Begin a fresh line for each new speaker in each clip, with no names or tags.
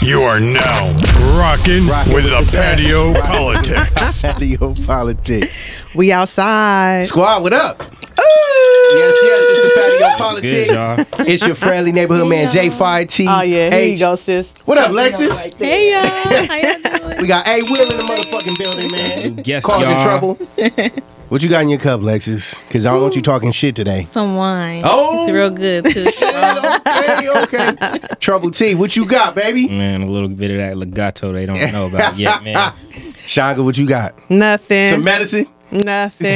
You are now rocking, with, the, patio politics.
Patio politics.
We outside.
Squad, what up? Yes, yes, it's the patio
Good,
politics. It's your friendly neighborhood man, J Five T.
Oh yeah, here you go, sis.
What up, Lexus?
Hey y'all, how y'all
We
doing?
got A Will in the motherfucking building, man.
Yes,
Causing
y'all.
trouble. what you got in your cup, Lexus? Because I don't want you talking shit today.
Some wine.
Oh.
it's real good too.
okay, okay. Mm. Trouble T, what you got, baby?
Man, a little bit of that legato they don't know about yet, man.
Shanga, what you got?
Nothing.
Some medicine?
nothing.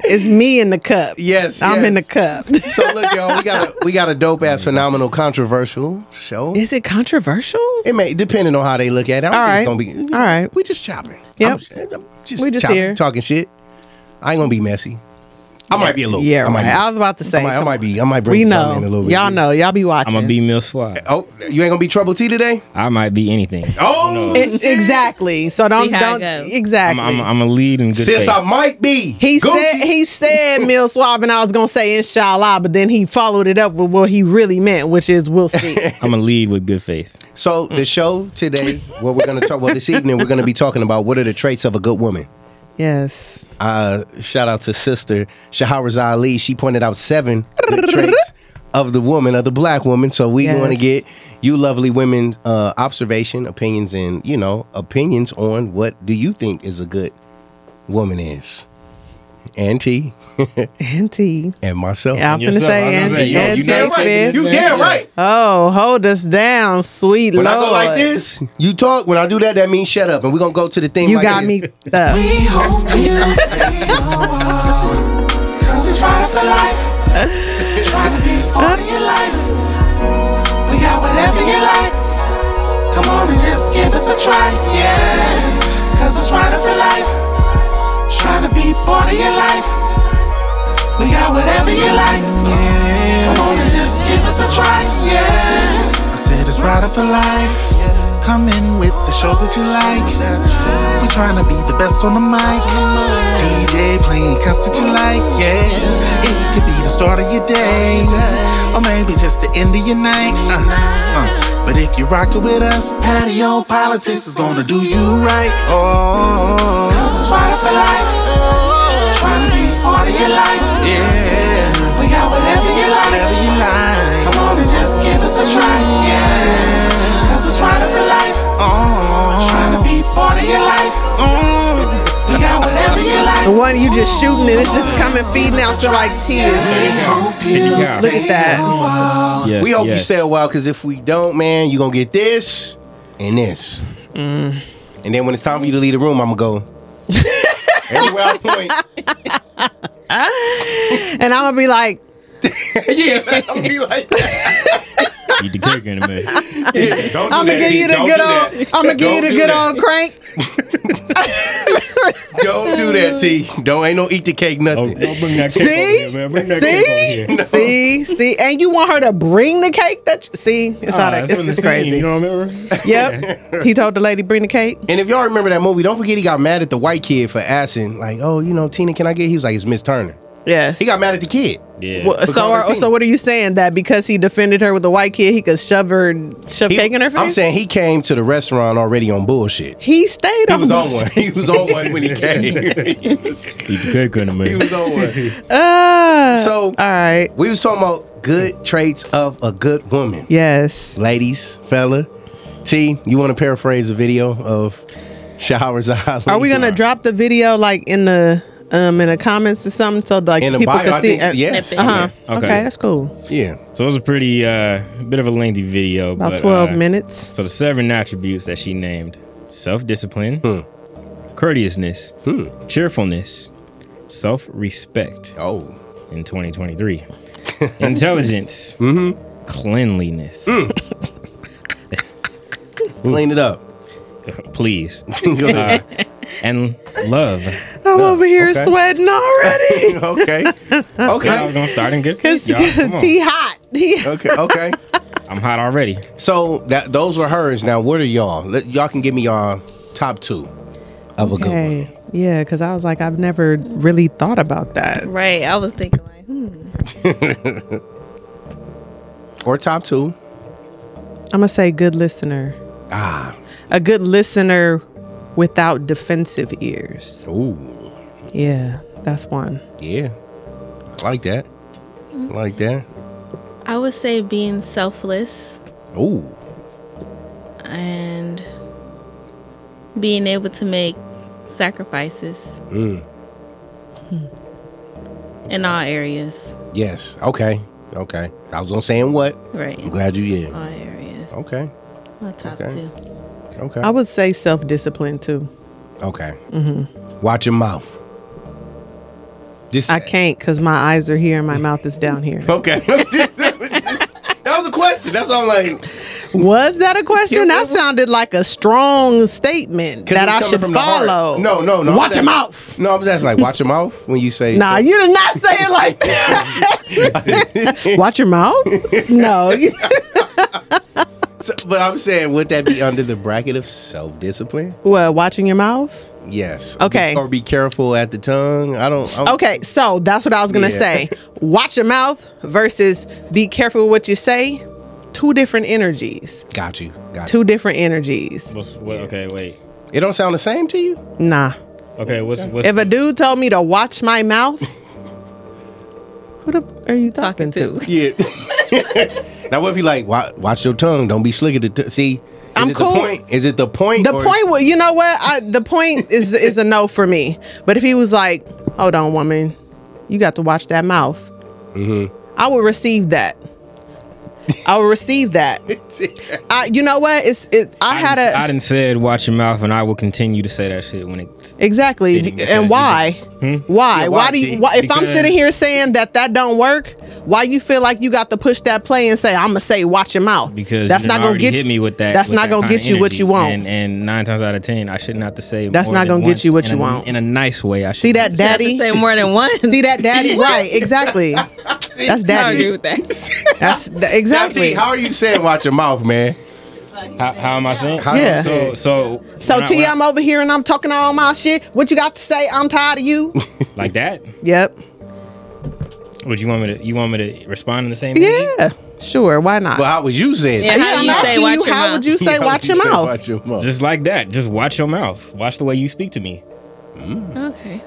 it's me in the cup.
Yes,
I'm in the
yes.
cup.
So look, y'all, we got a we got a dope ass phenomenal controversial show.
Is it controversial?
It may depending on how they look at it. I don't
All
think
right.
it's gonna be
All right.
We just chopping.
Yep.
I'm, I'm just
We just
chopping,
here.
talking shit. I ain't gonna be messy. I might be a little.
Yeah,
Oh, I might be-
right. I was about to say.
I might, I
come
might be. I might
on.
bring
we
the drama
know.
in a little bit.
Y'all know. Y'all be watching.
I'm gonna be Mill Swab.
Oh, you ain't gonna be trouble T today.
I might be anything.
Oh,
E- exactly. So don't
See how
don't
it goes.
I'm,
exactly.
I'm, I'm a lead in good
since
faith.
I might be.
he
Gucci.
said he said Mill Swab and I was gonna say inshallah, but then he followed it up with what he really meant, which is we'll see.
I'm a lead with good faith.
So the show today, what we're gonna talk, well, this evening we're gonna be talking about what are the traits of a good woman.
yes.
Uh, shout out to sister Shaharaz Ali. She pointed out seven good traits of the woman, of the black woman. So we
Yes.
want to get you lovely women uh, observation, opinions, and you know opinions on what do you think is a good woman is. And T
Auntie.
and myself.
Yeah, I'm gonna say Auntie.
you- you
Auntie
know-
Smith.
You damn right.
Oh, hold us down, sweet
When
Lord.
I go like this, you talk. When I do that, that means shut up. And we're gonna go to the thing.
You
like
got
this.
me up.
We hope you stay a while. Cause it's right for life. Try to be a part of your life. We got whatever you like. Come on and just give us a try. Yeah. Cause it's right for life. Try to be part of your life. We got whatever you like. Come on and just give us a try. Yeah. I said it's right for life. Come in with the shows that you like. We tryna be the best on the mic. DJ playing cuts that you like, yeah. It could be the start of your day, or maybe just the end of your night. Uh, uh. But if you rock it with us, patio politics is gonna do you right. Oh, it's right for life. Trying to be part of your life. Yeah, we got whatever you like. Whatever you like. Come on and just give us a try. Yeah, cause it's right for life. Oh, trying to be part of your life. We got whatever you like.
The one you just shooting and it's just coming feeding out your like tears. Look at that.
Yes,
We hope you
yes.
stay a while because if we don't, man, you're gonna get this and this. Mm. And then when it's time for you to leave the room, I'm gonna go. Everywhere I point.
And I'm gonna be like,
yeah, I'm gonna be like that.
Eat the cake in a minute.
Don't do
I'm gonna
that,
give
G.
you the
Don't
good
do
old
that.
I'm gonna give you
Don't
the
do
good
that.
old crank.
Don't do that, T. Don't ain't no eat the cake,
Don't,
nothing.
don't Oh, bring that cake
See?
over here, man. Bring that
See?
cake over here.
See, see, and you want her to bring the cake that you, see, it's all that
Ah, that's
it's
from the
just
scene,
crazy.
You know what I remember?
Yep. he told the lady bring the cake.
And if y'all remember that movie, don't forget he got mad at the white kid for asking, like, oh, you know, Tina, can I get? He was like, it's Miss Turner.
Yes.
He got mad at the kid.
Yeah.
Well, so,
her
are,
team.
so what are you saying that because he defended her with the white kid, he could shove her, shove
He-
cake in her face?
I'm saying he came to the restaurant already on bullshit.
he stayed
He
on
was on one. He was on one when he came.
Eat the cake in a
he
minute.
was on one.
Uh,
So-
all right,
We was talking about good traits of a good woman.
yes,
Ladies, fella, T, you want to paraphrase a video of Showers Ali?
are we gonna drop the video like in the um in the comments or something so like
in the
people
bio?
can
I
see?
think,
it?
yes.
Snippet.
Uh-huh.
Okay.
Okay.
Okay.
that's cool.
Yeah.
So it was a pretty uh, bit of a lengthy video.
About
but,
twelve
uh,
minutes.
So the seven attributes that she named: self-discipline, courteousness, cheerfulness, self-respect.
Oh.
in 2023. Intelligence,
Mm-hmm.
cleanliness.
Mm.
Clean it up.
Please. Uh,
Go ahead.
And love.
I'm Oh, over here
okay.
sweating already.
okay.
Okay. I was
Okay.
gonna start in good
Cause,
faith, y'all. Come on.
T hot. He-
Okay. Okay.
I'm hot already.
So that those were hers. Now, what are y'all? Let, y'all can give me y'all top two of a good one.
Okay. Yeah, because I was like, I've never really thought about that.
Right, I was thinking like, hmm.
Or top two.
I'm gonna say good listener.
Ah,
A good listener without defensive ears.
ooh,
Yeah, that's one.
yeah. I like that. I like that.
I would say being selfless
Ooh,
and being able to make sacrifices
Mm.
Hmm. in all areas.
yes. Okay, okay. I was gonna say in what?
Right.
I'm glad you. Yeah.
All areas.
Okay,
My top
Okay.
two.
okay,
I would say self discipline too.
okay. Mm-hmm. Watch your mouth. This
I can't because my eyes are here and my mouth is down here.
Okay. that was a question. That's all I'm like.
Was that a question?
Yeah,
That sounded like a strong statement
'Cause
that
it was
I
coming
should
from the heart.
follow.
No, no, no.
Watch your mouth.
No, I'm just like watch your mouth when you say.
Nah, you did not say it like that. Watch your mouth? No.
So- but I'm saying, would that be under the bracket of self discipline?
well, watching your mouth?
Yes.
Okay.
Be- or be careful at the tongue. I don't. I'm,
Okay, so that's what I was going to
Yeah.
say. Watch your mouth versus be careful what you say. Two different energies.
Got you. Got you.
Two different energies.
What's, what, Okay, wait.
It don't sound the same to you.
Nah.
Okay, what's what's
If a dude told me to watch my mouth, who the are you talking, to?
Talking to.
Yeah. now, what if you like watch, watch your tongue? Don't be slick at the t- see. Is
I'm
it
cool.
The point? Is it the point?
The
or-
point was, you know what? I, the point is is a no for me. But if he was like, "Hold on, woman, you got to watch that mouth,"
Mm-hmm.
I would receive that. I would receive that. I, you know what? It's it. I,
I
had
done-
a
I didn't said watch your mouth, and I will continue to say that shit when it.
exactly.
Didn't because
and
you Hmm?
why? Why?
Yeah,
why?
why,
do
T?
you? Why, if I'm
Because-
sitting here saying that that don't work, why you feel like you got to push that play and say I'm gonna say watch your mouth?
Because
that's
you
not
done
gonna
already
get
hit
you.
me with that.
That's
with
not
that
gonna
kinda
get you what
energy.
you want.
And, and nine times out of ten, I shouldn't have to say.
That's
more
not
than
gonna get
once
you what
in
you
a-
want.
In a nice way, I should.
See that,
I have to
daddy?
say more than one.
See that, daddy? right? Exactly. That's
I agree
daddy.
with that.
That's th-
Now, T,
exactly.
how are you saying watch your mouth, man?
How, how am I saying?
How
Yeah.
You
So
saying?
so
So
when I-
T,
when I-
I'm over here and I'm talking all my shit. What you got to say? I'm tired of you.
like that.
yep.
Would you want me to? You want me to respond in the same? energy?
Yeah. Sure. Why not?
But how would you say it?
Yeah, how
I'm
you
asking
say watch
you,
your
how
mouth?
would you say
How
watch
would
your
you say
mouth?
watch your mouth?
Just like that. Just watch your mouth. Watch the way you speak to me.
okay.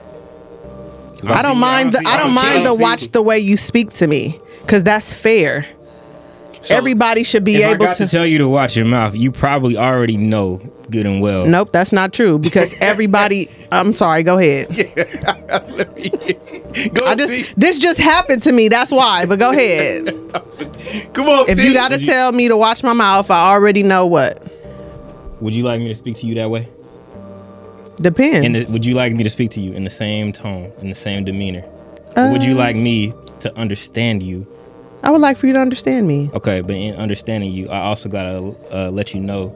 I don't mind. The, I don't mind the watch the way you speak to me, cause that's fair.
So-
Everybody should be
If I
able
got to,
to.
tell you to watch your mouth, you probably already know good and well.
nope, that's not true because everybody. I'm sorry. Go ahead.
Go, T.
I just this just happened to me. That's why. But go ahead.
Come on,
If
T.
you gotta tell me to watch my mouth, I already know what.
Would you like me to speak to you that way?
Depends.
And would you like me to speak to you in the same tone, in the same demeanor? Or would you like
Um,
me to understand you?
I would like for you to understand me.
Okay, but in understanding you, I also gotta uh, let you know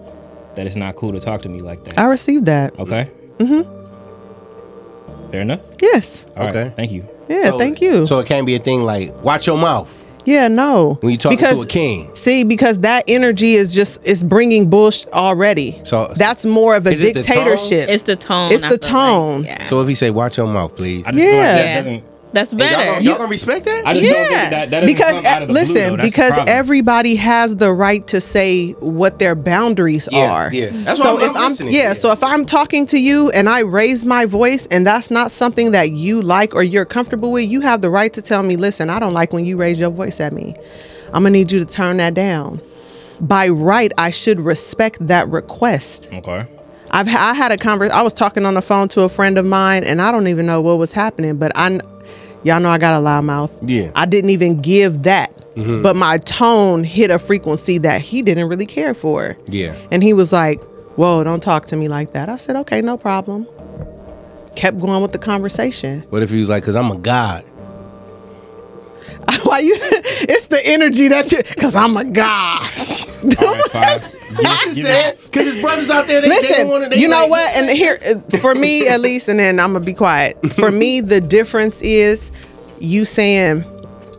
that it's not cool to talk to me like that.
I received that.
Oh.
Okay. Mm-hmm.
mm-hmm.
Fair enough.
Yes.
All right,
Okay.
thank you.
Yeah,
So-
thank you.
So it can't be a thing like watch your mouth
yeah, no.
when you talking
because,
to a king.
See, because that energy is just it's bringing bush already.
So-
that's more of a
Is it the
dictatorship.
It's the tone.
It's
I
the
feel like.
tone.
Yeah.
So if he say watch your mouth, please,
I just feel like that
Yeah.
doesn't-
That's
y'all,
better.
gonna, y'all gonna respect that?
I just don't think that,
Yeah.
that doesn't
because
come out of the blue, though.
listen,
That's the
because
problem.
everybody has the right to say what their boundaries
Yeah,
are.
yeah. That's why
so
I'm-
if
I'm
I'm
listening.
yeah,
Yeah.
so if I'm talking to you and I raise my voice and that's not something that you like or you're comfortable with, you have the right to tell me, "Listen, I don't like when you raise your voice at me. I'm going to need you to turn that down." By right, I should respect that request.
Okay.
I've I had a convers. I was talking on the phone to a friend of mine, and I don't even know what was happening, but I, kn- y'all know I got a loud mouth.
Yeah.
I didn't even give that, but my tone hit a frequency that he didn't really care for,
yeah.
and he was like, "Whoa, don't talk to me like that." I said, "Okay, no problem." Kept going with the conversation.
What if he was like, cause I'm a god?
Why you? it's the energy that you, cause I'm a god.
All right, five. Give- give it-
Cause his brothers out there, they,
Listen, you know what? And here, uh, for me at least, and then I'm gonna be quiet. For me, the difference is you saying,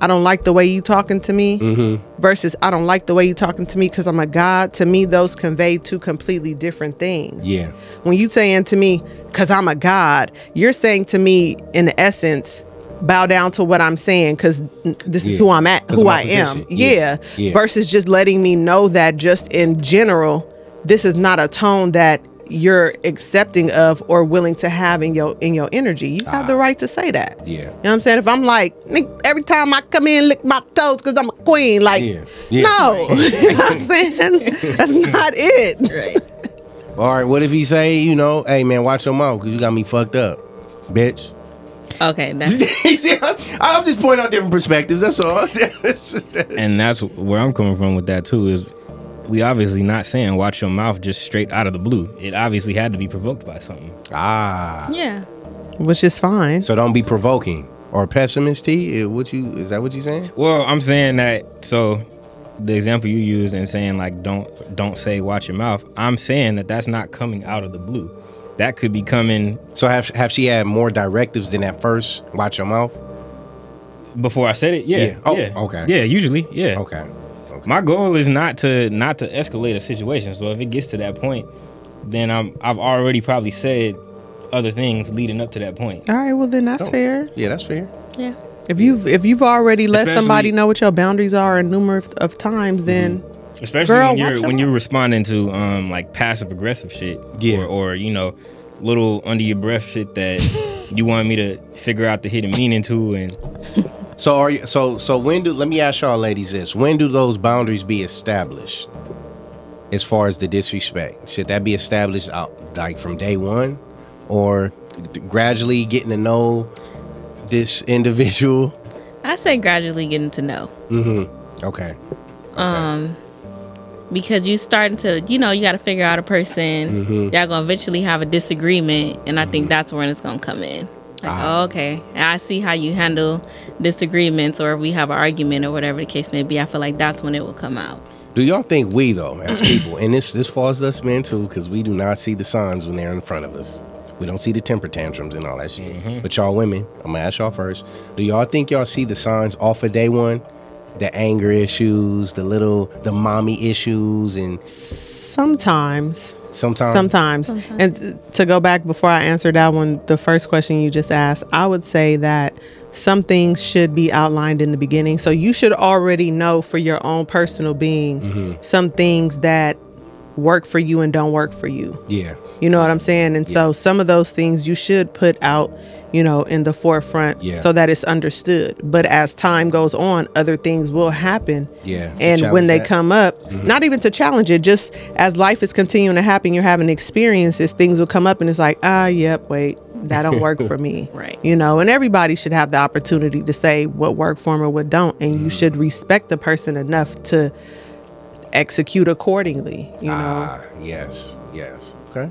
"I don't like the way you talking to me," versus "I don't like the way you talking to me" because I'm a god. To me, those convey two completely different things.
Yeah,
When you saying to me, "Cause I'm a god," you're saying to me, in essence, bow down to what I'm saying because this
Yeah.
is who I'm at,
'Cause of
who
my
I am.
position. Yeah.
Yeah.
Yeah.
Versus just letting me know that just in general, this is not a tone that you're accepting of or willing to have in your in your energy. You have the right to say that.
Ah. Yeah.
You know what I'm saying? If I'm like, "Nigga, every time I come in, lick my toes because I'm a queen, like,
Yeah. Yeah.
no. You know what I'm saying? That's not it. Right.
All right, what if he say, you know, hey man, watch your mouth because you got me fucked up, bitch.
Okay, that's
See, I'm I'm just pointing out different perspectives. That's all. It's just that-
and that's where I'm coming from with that too. Is we obviously not saying watch your mouth just straight out of the blue. It obviously had to be provoked by something.
ah,
yeah.
Which is fine.
so don't be provoking or pessimist. T, Eh, what you is that what you saying?
Well, I'm saying that so the example you used and saying like don't don't say watch your mouth. I'm saying that that's not coming out of the blue. That could be coming
So have have she had more directives than at first? Watch your mouth.
before I said it. Yeah.
Yeah. Oh,
yeah.
okay.
Yeah, usually. Yeah.
Okay. okay.
My goal is not to not to escalate a situation. So if it gets to that point, then I'm I've already probably said other things leading up to that point.
All right, well then that's fair.
Yeah, that's fair.
Yeah.
If you've if you've already let
Especially-
somebody know what your boundaries are a number of, of times, then
Especially
Girl,
when
watch
you're
your
when you're
mouth.
responding to um like passive aggressive shit.
Yeah.
Or, or you know, little under your breath shit that you want me to figure out the hidden meaning to and
So are you, so so when do let me ask y'all ladies this? When do those boundaries be established? As far as the disrespect, should that be established out like from day one, or gradually getting to know this individual?
I say gradually getting to know
Okay.
because you starting to, you know, you got to figure out a person.
Mm-hmm.
Y'all gonna eventually have a disagreement, and I think that's when it's gonna come in. Like,
Ah.
oh, okay, I see how you handle disagreements, or if we have an argument, or whatever the case may be. I feel like that's when it will come out.
Do y'all think we though, as people, and this this falls us men too, because we do not see the signs when they're in front of us. We don't see the temper tantrums and all that shit. But y'all women, I'm gonna ask y'all first. Do y'all think y'all see the signs off of day one? The anger issues, the little, the mommy issues, and
sometimes
sometimes,
sometimes. And t- to go back before I answer that one, the first question you just asked, I would say that some things should be outlined in the beginning. So you should already know for your own personal being some things that work for you and don't work for you.
yeah,
You know what I'm saying? And so some of those things you should put out, you know, in the forefront
Yeah.
so that it's understood. But as time goes on, other things will happen.
Yeah. To
And
challenge
when they
that. Mm-hmm.
come up, not even to challenge it, just as life is continuing to happen, you're having experiences, things will come up and it's like, ah, yep, wait, that don't work for me.
Right.
You know, and everybody should have the opportunity to say what worked for 'em or what don't. And
Mm-hmm.
you should respect the person enough to execute accordingly, you know.
ah, yes, yes, okay,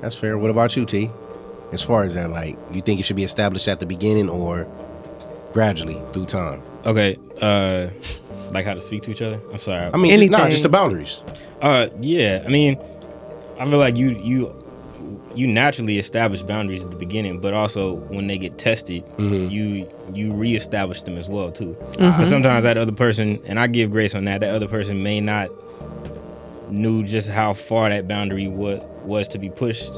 that's fair. What about you, T? As far as that, like, you think it should be established at the beginning or gradually through time?
okay, uh like how to speak to each other. I'm sorry.
I mean, no, just
Anything.
the boundaries.
Uh, yeah. I mean, I feel like you you you naturally establish boundaries at the beginning, but also when they get tested, you you reestablish them as well too. Because sometimes that other person, and I give grace on that, that other person may not knew just how far that boundary was was to be pushed,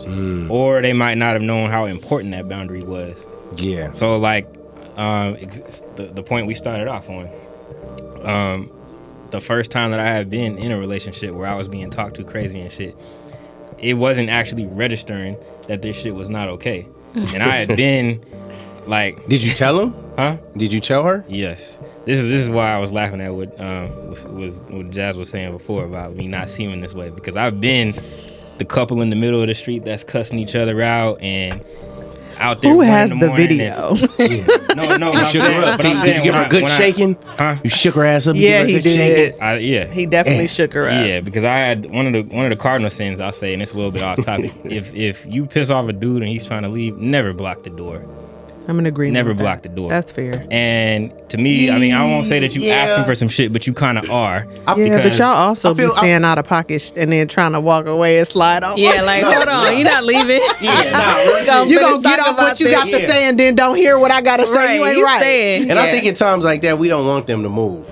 or they might not have known how important that boundary was.
Yeah.
So like, um, ex- the the point we started off on, um, the first time that I had been in a relationship where I was being talked to crazy and shit, it wasn't actually registering that this shit was not okay,
Mm.
and I had been like,
Did you tell him?
huh?
Did you tell her?
Yes. This is this is why I was laughing at what um was, was what Jazz was saying before about me not seeming this way because I've been the couple in the middle of the street that's cussing each other out and out there.
Who
one in
has the
morning and-
video?
No, no,
You shook her up. T. Did you give her a good shaking?
Huh?
You shook her ass up. you
Yeah,
gave her a
he
good
did.
shaking?
I, yeah.
He
Eh,
definitely shook her up.
Eh, yeah, because I had one of the one of the cardinal sins I'll say, and it's a little bit off topic. if if you piss off a dude and he's trying to leave, never block the door.
I'm in agreement.
Never
with that.
block the door.
That's fair.
And to me, I mean, I won't say that you
Yeah.
asking for some shit, but you kind of are.
Yeah, but
because-
y'all also
feel-
be staying out of pocket sh- and then trying to walk away and slide off.
Yeah, like hold on, you're not leaving.
Yeah, nah, real shit.
Gonna
you
finish
gonna get
talking
off
about
what you
that.
got
Yeah.
to say and then don't hear what I gotta say.
Right,
You ain't
you
right.
staying.
And I
Yeah.
think at times like that, we don't want them to move.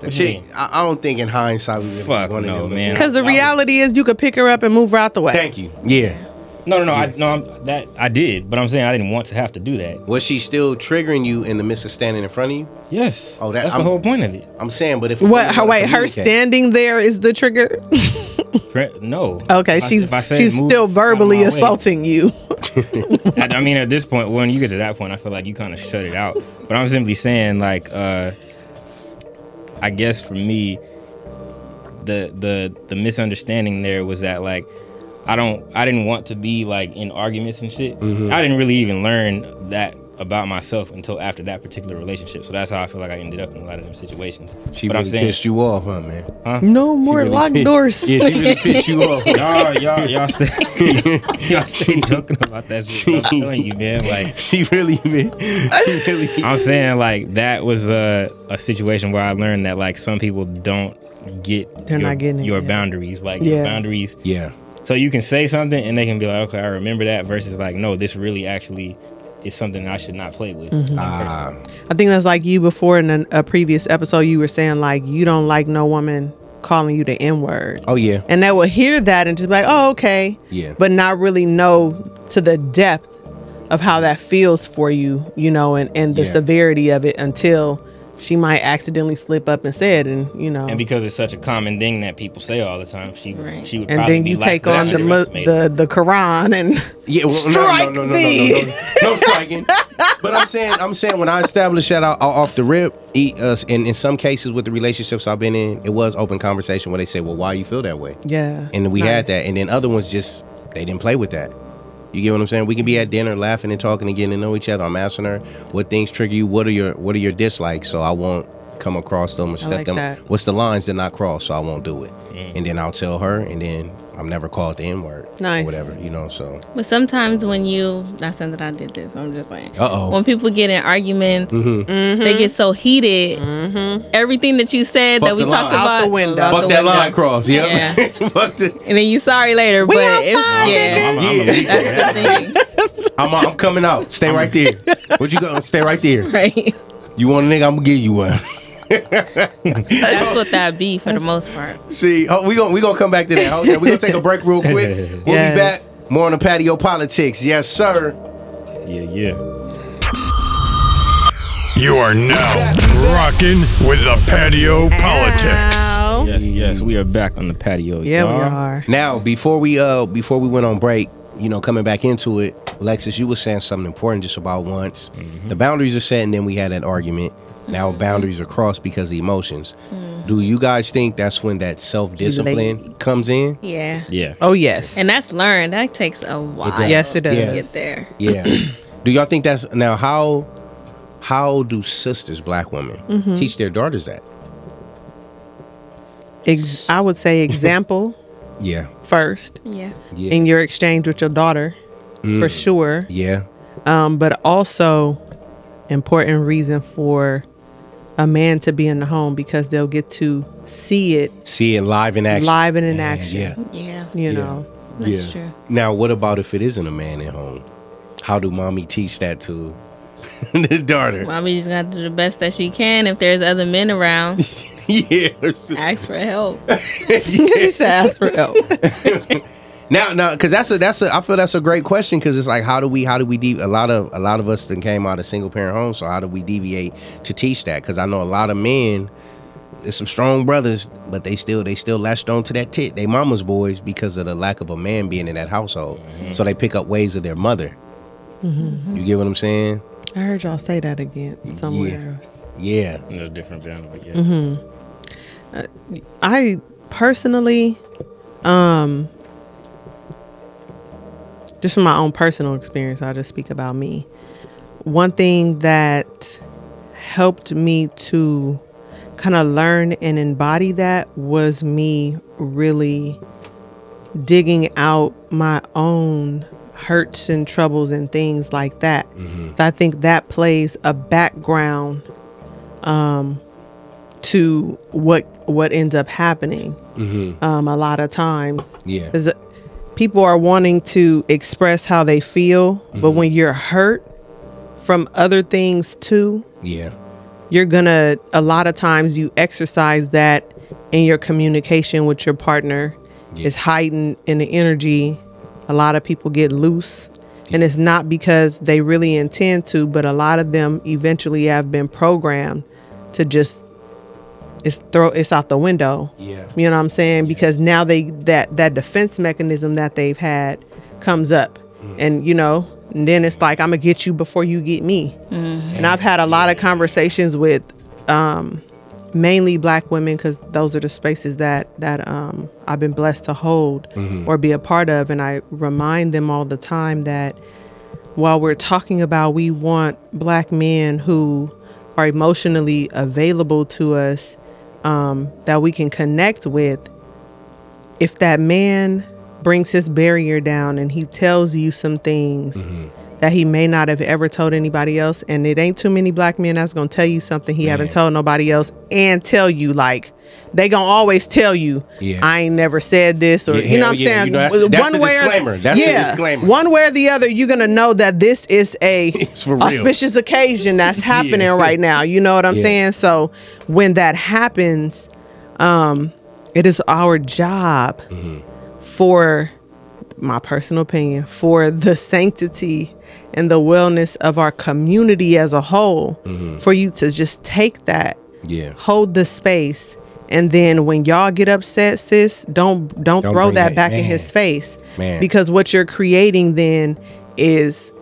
The
do you
chick,
mean?
I, I don't think in hindsight we really
Fuck
wanted
no,
them to
man.
move.
Because the
That was-
reality is, you could pick her up and move her out the way.
Thank you. Yeah.
No, no, no. I, no, I'm, that I did, but I'm saying I didn't want to have to do that.
Was she still triggering you in the midst of standing in front of you?
Yes.
Oh, that-
that's
I'm-
the whole point of it.
I'm saying, but if
What? Her, wait, her
stand.
standing there is the trigger.
Tra- No.
Okay,
If I-
she's
if I said
she's
move
still
out of my
verbally
way-
assaulting you.
I, I mean, at this point, when you get to that point, I feel like you kind of shut it out. But I'm simply saying, like, uh, I guess for me, the the the misunderstanding there was that like, I don't, I didn't want to be like in arguments and shit.
Mm-hmm.
I didn't really even learn that about myself until after that particular relationship. So that's how I feel like I ended up in a lot of them situations.
She
but
really
I'm saying,
pissed you off, huh, man?
no more locked doors.
Yeah, she really pissed you off.
y'all, y'all, y'all stay, y'all stay joking about that shit. I'm telling you, man, like.
She really, man. She really.
I'm saying like that was a a situation where I learned that like some people don't get
They're
your,
not getting it,
your
yeah.
boundaries like
Yeah.
your boundaries
Yeah.
so you can say something and they can be like okay I remember that versus like no this really actually is something I should not play with
Mm-hmm.
Ah,
I think that's like you before in a, a previous episode. You were saying like you don't like no woman calling you the N word,
oh yeah.
and they will hear that and just be like, oh okay,
Yeah.
but not really know to the depth of how that feels for you, you know, and and the
Yeah.
severity of it until she might accidentally slip up and say it, and you know,
and because it's such a common thing that people say all the time she
Right.
she would
and
probably
then
be
you
like,
take
"Well,
on
I
the mu-
underestimated
the the Quran and
Yeah, well,
Strike
no, no, no, no,
me.
no, no, no, no striking. but I'm saying, I'm saying, when I established that out, off the rip, eat us. And in some cases, with the relationships I've been in, it was open conversation where they say, "Well, why you feel that way?"
yeah,
And we
Nice.
had that. And then other ones just they didn't play with that. You get what I'm saying? We can be at dinner laughing and talking and getting to know each other. I'm asking her what things trigger you. What are your What are your dislikes? So I won't come across them or step
like
them.
that.
What's the lines that not cross? So I won't do it. And then I'll tell her. And then I'm never called the N word.
Nice.
Or whatever. You know. So
But sometimes when you, not saying that I did this, I'm just saying.
Uh-oh. Mm-hmm.
When people get in arguments, they get so heated. Everything that you said
Fuck
that we
the
talked
line.
about,
Out the window.
out
Fuck
the
Fuck that
window.
line cross. Yep.
Yeah.
Fuck the,
And then you sorry later.
We
but it's-
outside,
yeah,
I'm, I'm a leader.
that's the thing,
I'm, I'm coming out. Stay right there. What you going? Stay right there.
right?
You want a nigga? I'm gonna give you one.
That's what that be for the most part.
See, oh, we gonna we gonna come back to that. Okay, we gonna take a break real quick. We'll
Yes.
be back. More on the patio politics. Yes, sir.
yeah yeah
You are now rocking with the patio politics.
Ow.
yes yes we are back on the patio
Yeah, we
y'all.
are.
Now, before we uh before we went on break, you know, coming back into it, Lexus, you were saying something important just about once. The boundaries are set, and then we had that argument. Now boundaries are crossed because of emotions. Do you guys think that's when that self discipline comes in?
Yeah.
yeah
Oh yes,
And that's learned. That takes a while.
yes it does.
to
Yeah.
Get there.
Yeah. do y'all think that's now how how do sisters, black women, teach their daughters that?
Ex- I would say example
Yeah.
first
Yeah.
Yeah.
in your exchange with your daughter, for sure.
yeah.
Um, but also important reason for a man to be in the home because they'll get to see it
See it live in action.
live and in action.
Yeah.
Yeah.
You know,
That's
yeah.
true.
Now, what about if it isn't a man at home? How do mommy teach that to the daughter?
Mommy just got to do the best that she can. If there's other men around,
yes.
ask for help.
she said ask for help.
Now, now, because that's a that's a I feel that's a great question because it's like how do we how do we de- a lot of a lot of us that came out of single parent homes so how do we deviate to teach that because I know a lot of men there's some strong brothers but they still they still latched on to that tit they mama's boys because of the lack of a man being in that household
Mm-hmm.
so they pick up ways of their mother you get what I'm saying
I heard y'all say that again somewhere
Yeah.
else.
yeah
no different boundary but yeah
Mm-hmm. I personally, um, just from my own personal experience, I'll just speak about me. One thing that helped me to kind of learn and embody that was me really digging out my own hurts and troubles and things like that. I think that plays a background to what what ends up happening um, a lot of times
yeah
is that people are wanting to express how they feel but when you're hurt from other things too
yeah
you're gonna a lot of times you exercise that in your communication with your partner It's heightened in the energy A lot of people get loose, and it's not because they really intend to, but a lot of them eventually have been programmed to just it's throw it's out the window.
Yeah.
You know what I'm saying? Because now they that that defense mechanism that they've had comes up,
Mm.
and you know, and then it's like I'm gonna get you before you get me. And I've had a lot of conversations with um, mainly black women because those are the spaces that that um, I've been blessed to hold or be a part of, and I remind them all the time that while we're talking about we want black men who are emotionally available to us um, that we can connect with if that man brings his barrier down and he tells you some things
Mm-hmm.
that he may not have ever told anybody else and it ain't too many black men that's gonna tell you something he haven't told nobody else and tell you like they gonna always tell you
Yeah.
i ain't never said this or
Yeah,
you
hell
know what i'm
yeah.
saying
You know, that's- that's the disclaimer. That's the
yeah,
disclaimer.
one way or the other you're gonna know that this is a
for real.
auspicious occasion that's happening right now you know what i'm
Yeah.
saying so when that happens um, it is our job
Mm-hmm.
for my personal opinion for the sanctity and the wellness of our community as a whole
Mm-hmm.
for you to just take that
Yeah.
hold the space and then when y'all get upset sis don't don't,
Don't
throw
bring
that
that-
back in
man.
his face
Man.
because what you're creating then is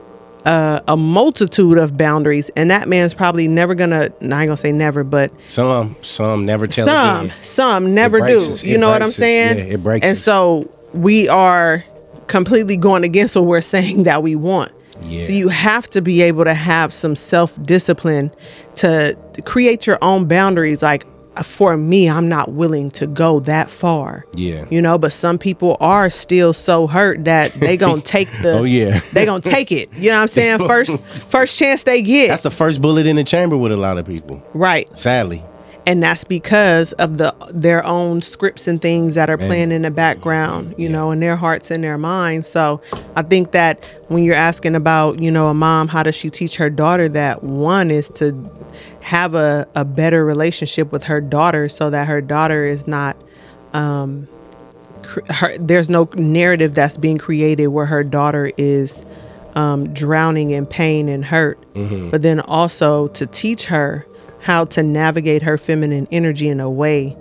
uh, a multitude of boundaries and that man's probably never gonna i ain't gonna say never but
Some some never tell
some
again.
some never do
breaks us.
you
It
know what
breaks
i'm
us.
saying
Yeah, it breaks
and
us.
so we are completely going against what we're saying that we want
Yeah.
so you have to be able to have some self-discipline to, to create your own boundaries like uh, for me i'm not willing to go that far
Yeah.
you know but some people are still so hurt that they gonna take the
Oh, yeah.
they gonna take it you know what i'm saying first first chance they get
That's the first bullet in the chamber with a lot of people.
right
Sadly.
and that's because of the their own scripts and things that are playing in the background you know in their hearts and their minds so i think that when you're asking about you know a mom how does she teach her daughter that one is to have a, a better relationship with her daughter so that her daughter is not um, cr- her, there's no narrative that's being created where her daughter is um, drowning in pain and hurt,
Mm-hmm.
but then also to teach her how to navigate her feminine energy in a way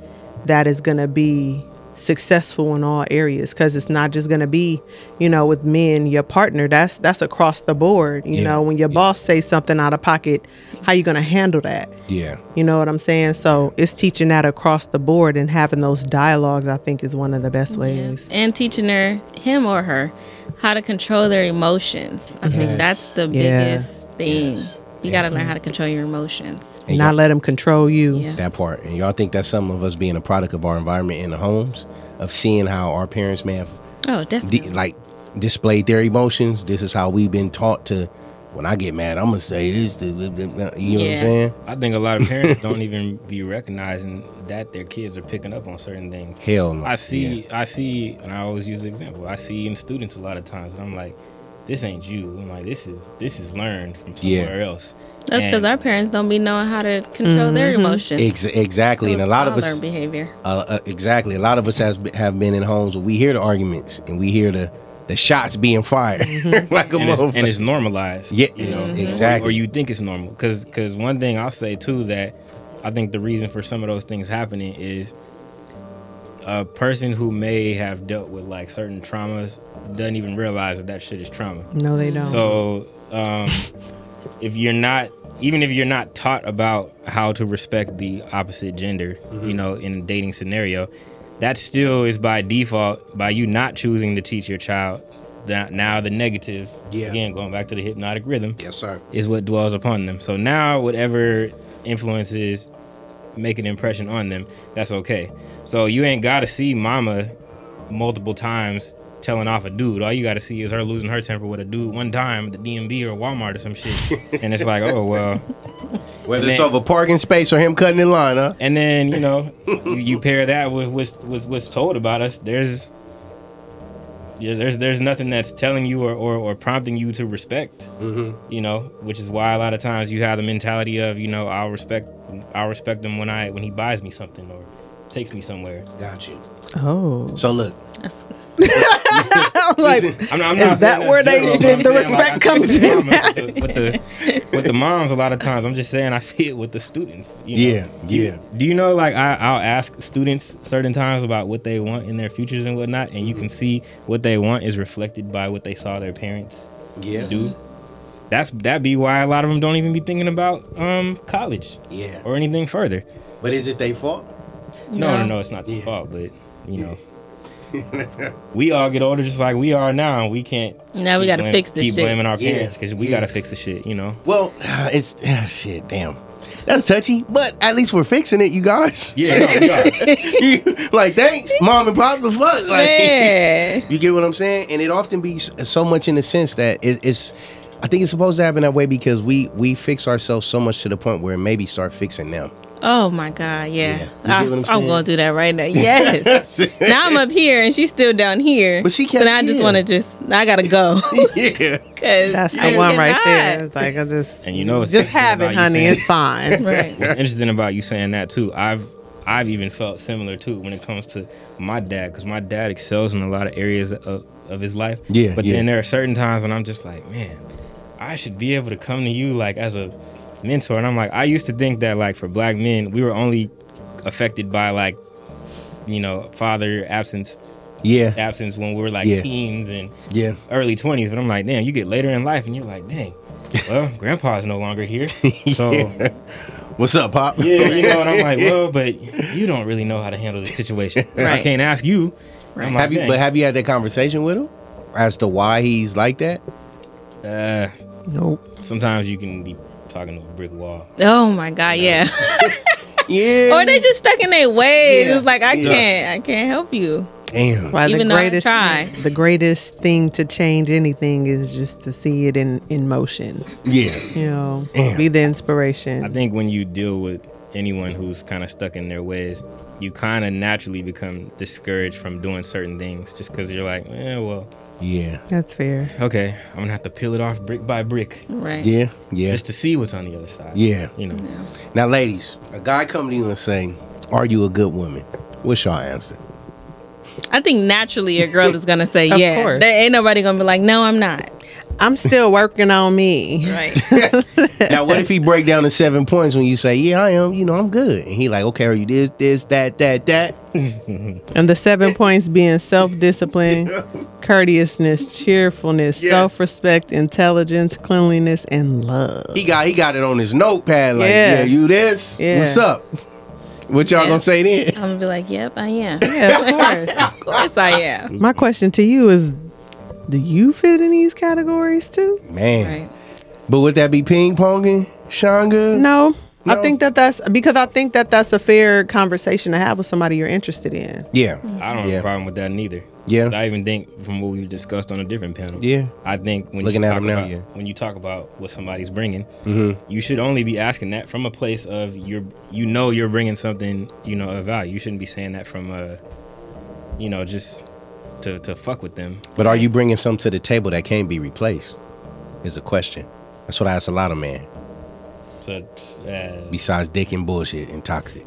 that is going to be successful in all areas because it's not just going to be you know with men your partner that's that's across the board you
Yeah,
know when your boss says something out of pocket how you going to handle that
Yeah.
you know what i'm saying so it's teaching that across the board and having those dialogues i think is one of the best ways
and teaching her him or her how to control their emotions i think that's the
Yeah.
biggest thing you got to learn how to control your emotions
And
not
y'all-
let them control you.
Yeah.
that part. And y'all think that's some of us being a product of our environment in the homes, of seeing how our parents may have di-
oh definitely
like displayed their emotions. This is how we've been taught to. When I get mad, I'm gonna say this. th- th- th- th- You know what I'm
Yeah.
saying?
I think a lot of parents don't even be recognizing that their kids are picking up on certain things.
Hell no.
I see, I see, and I always use the example. I see in students a lot of times, and I'm like, this ain't you. I'm like, this is this is learned from
Yeah.
somewhere else.
that's because
And-
our parents don't be knowing how to control their
Mm-hmm.
emotions
Ex- exactly, and a lot of
Toddler
us.
behavior
Uh, uh, exactly, a lot of us has be- have been in homes where we hear the arguments and we hear the the shots being fired like a
and it's, and
motherfucker.
it's normalized.
Yeah,
you know,
Mhm.
or-
exactly.
Or you think it's normal, because one thing I'll say too that I think the reason for some of those things happening is a person who may have dealt with like certain traumas doesn't even realize that that shit is trauma.
No, they
Mm-hmm.
don't.
So um, if you're not, even if you're not taught about how to respect the opposite gender, you know, in a dating scenario, that still is by default by you not choosing to teach your child that now the negative.
Yeah.
Again, going back to the hypnotic rhythm
Yes, sir.
is what dwells upon them. So now, whatever influences make an impression on them, that's okay. So you ain't got to see mama multiple times telling off a dude. All you got to see is her losing her temper with a dude one time at the DMV or Walmart or some shit. and it's like, oh, well.
Whether
And
it's
then-
over parking space or him cutting in line, huh?
And then, you know, you, you pair that with what's, what's, what's told about us. There's. Yeah, there's there's nothing that's telling you or, or, or prompting you to respect you know, which is why a lot of times you have the mentality of, you know, I'll respect, I'll respect him when I when he buys me something, or takes me somewhere.
Got you.
Oh,
So look,
That's-
I'm like,
I'm, I'm
Is
saying
that
that's
where they-
general,
the-
but
the
I'm saying, like, I
respect comes
see it
in
with the- With the, with the moms, a lot of times, I'm just saying I see it with the students. you know?
yeah, yeah.
Do you know, like, I, I'll ask students certain times about what they want in their futures and whatnot, and you can see what they want is reflected by what they saw their parents
Yeah.
do. That's that be why a lot of them don't even be thinking about um college,
Yeah.
or anything further.
But is it their fault?
No, no, no,
No.
it's not the
Yeah.
fault, but you know, we all get older just like we are now, and we can't.
Now we
keep
gotta
blam-
fix this
Keep
shit.
blaming our
Yeah,
parents because we
yeah.
gotta fix the shit. You know.
Well, it's ah, shit. Damn, that's touchy. But at least we're fixing it, you guys.
Yeah, no, we are.
like, thanks, mom and pop. The fuck, like,
yeah.
you get what I'm saying? And it often be s- so much in the sense that it, it's. I think it's supposed to happen that way because we we fix ourselves so much to the point where maybe start fixing them.
Oh my God. Yeah.
Yeah.
I,
You get what I'm
I'm,
saying?
gonna do that right now. Yes.
yeah,
now I'm up here and she's still down here.
But she
So
kept
now I just
here.
want to just. I gotta go. Cause
that's the
I
one right
cannot.
there. It's like I just,
And you know, it's
just
interesting
have it,
about you
honey.
saying-
It's fine.
Right.
What's interesting about you saying that too? I've I've even felt similar too when it comes to my dad because my dad excels in a lot of areas of, of his life.
Yeah,
But
yeah.
then there are certain times when I'm just like, man, I should be able to come to you like as a mentor. And I'm like, I used to think that like for black men, we were only affected by like, you know, father absence
yeah,
absence when we were like
Yeah.
teens and
yeah.
early 20s, but I'm like, damn, you get later in life and you're like, dang, well, grandpa's no longer here. So, yeah.
What's up, pop?
you know, and I'm like, well, but you don't really know how to handle this situation. I
Right.
can't ask you. I'm
Right.
like,
Have you?
dang,
But have you had that conversation with him as to why he's like that?
uh,
Nope.
sometimes you can be talking to a brick wall.
Oh my God. Yeah.
Yeah.
or they just stuck in their ways.
Yeah.
It's like I
Yeah.
can't. I can't help you.
Damn.
Why
Even
the
though I
greatest
try.
the greatest thing to change anything is just to see it in in motion.
Yeah.
You know,
Damn.
be the
I
inspiration.
think when you deal with anyone who's kind of stuck in their ways, you kind of naturally become discouraged from doing certain things just because you're like, eh, well,
Yeah.
That's fair.
okay, I'm going to have to peel it off brick by brick
Right.
Yeah. Yeah.
just to see what's on the other side.
Yeah.
You know,
Now, ladies, a guy come to you and say, "Are you a good woman?" What's your answer?
I think naturally a girl is gonna say
Of
yeah.
course.
There ain't nobody gonna be like, no, I'm not.
I'm still working on me.
Right.
now, what if he break down the seven points when you say, "Yeah, I am. You know, I'm good," and he like, "Okay, are you this, this, that, that, that?"
And the seven points being self discipline, courteousness, cheerfulness,
Yes.
self respect, intelligence, cleanliness, and love.
He got he got it on his notepad. Like, yeah,
Yeah.
you this.
Yeah.
What's up? What y'all
Yeah.
gonna say then?
I'm gonna be like, yep, I am.
Yeah, of course.
Of course I am.
My question to you is do you fit in these categories too?
Man,
Right.
but would that be ping ponging, Shanga?
No.
No.
I think that that's because I think that that's a fair conversation to have with somebody you're interested in.
Yeah.
I
Yeah.
don't have a problem with that neither.
Yeah.
I even think from what we discussed on a different panel.
Yeah.
I think when
Looking
you
at
talk
them now,
about,
yeah. Mm-hmm.
when you talk about what somebody's bringing, you should only be asking that from a place of you're you know you're bringing something you know of value. You shouldn't be saying that from a you know just to to fuck with them.
But are you bringing something to the table that can't be replaced? Is a question. That's what I ask a lot of men.
So uh,
Besides dick and bullshit and toxic.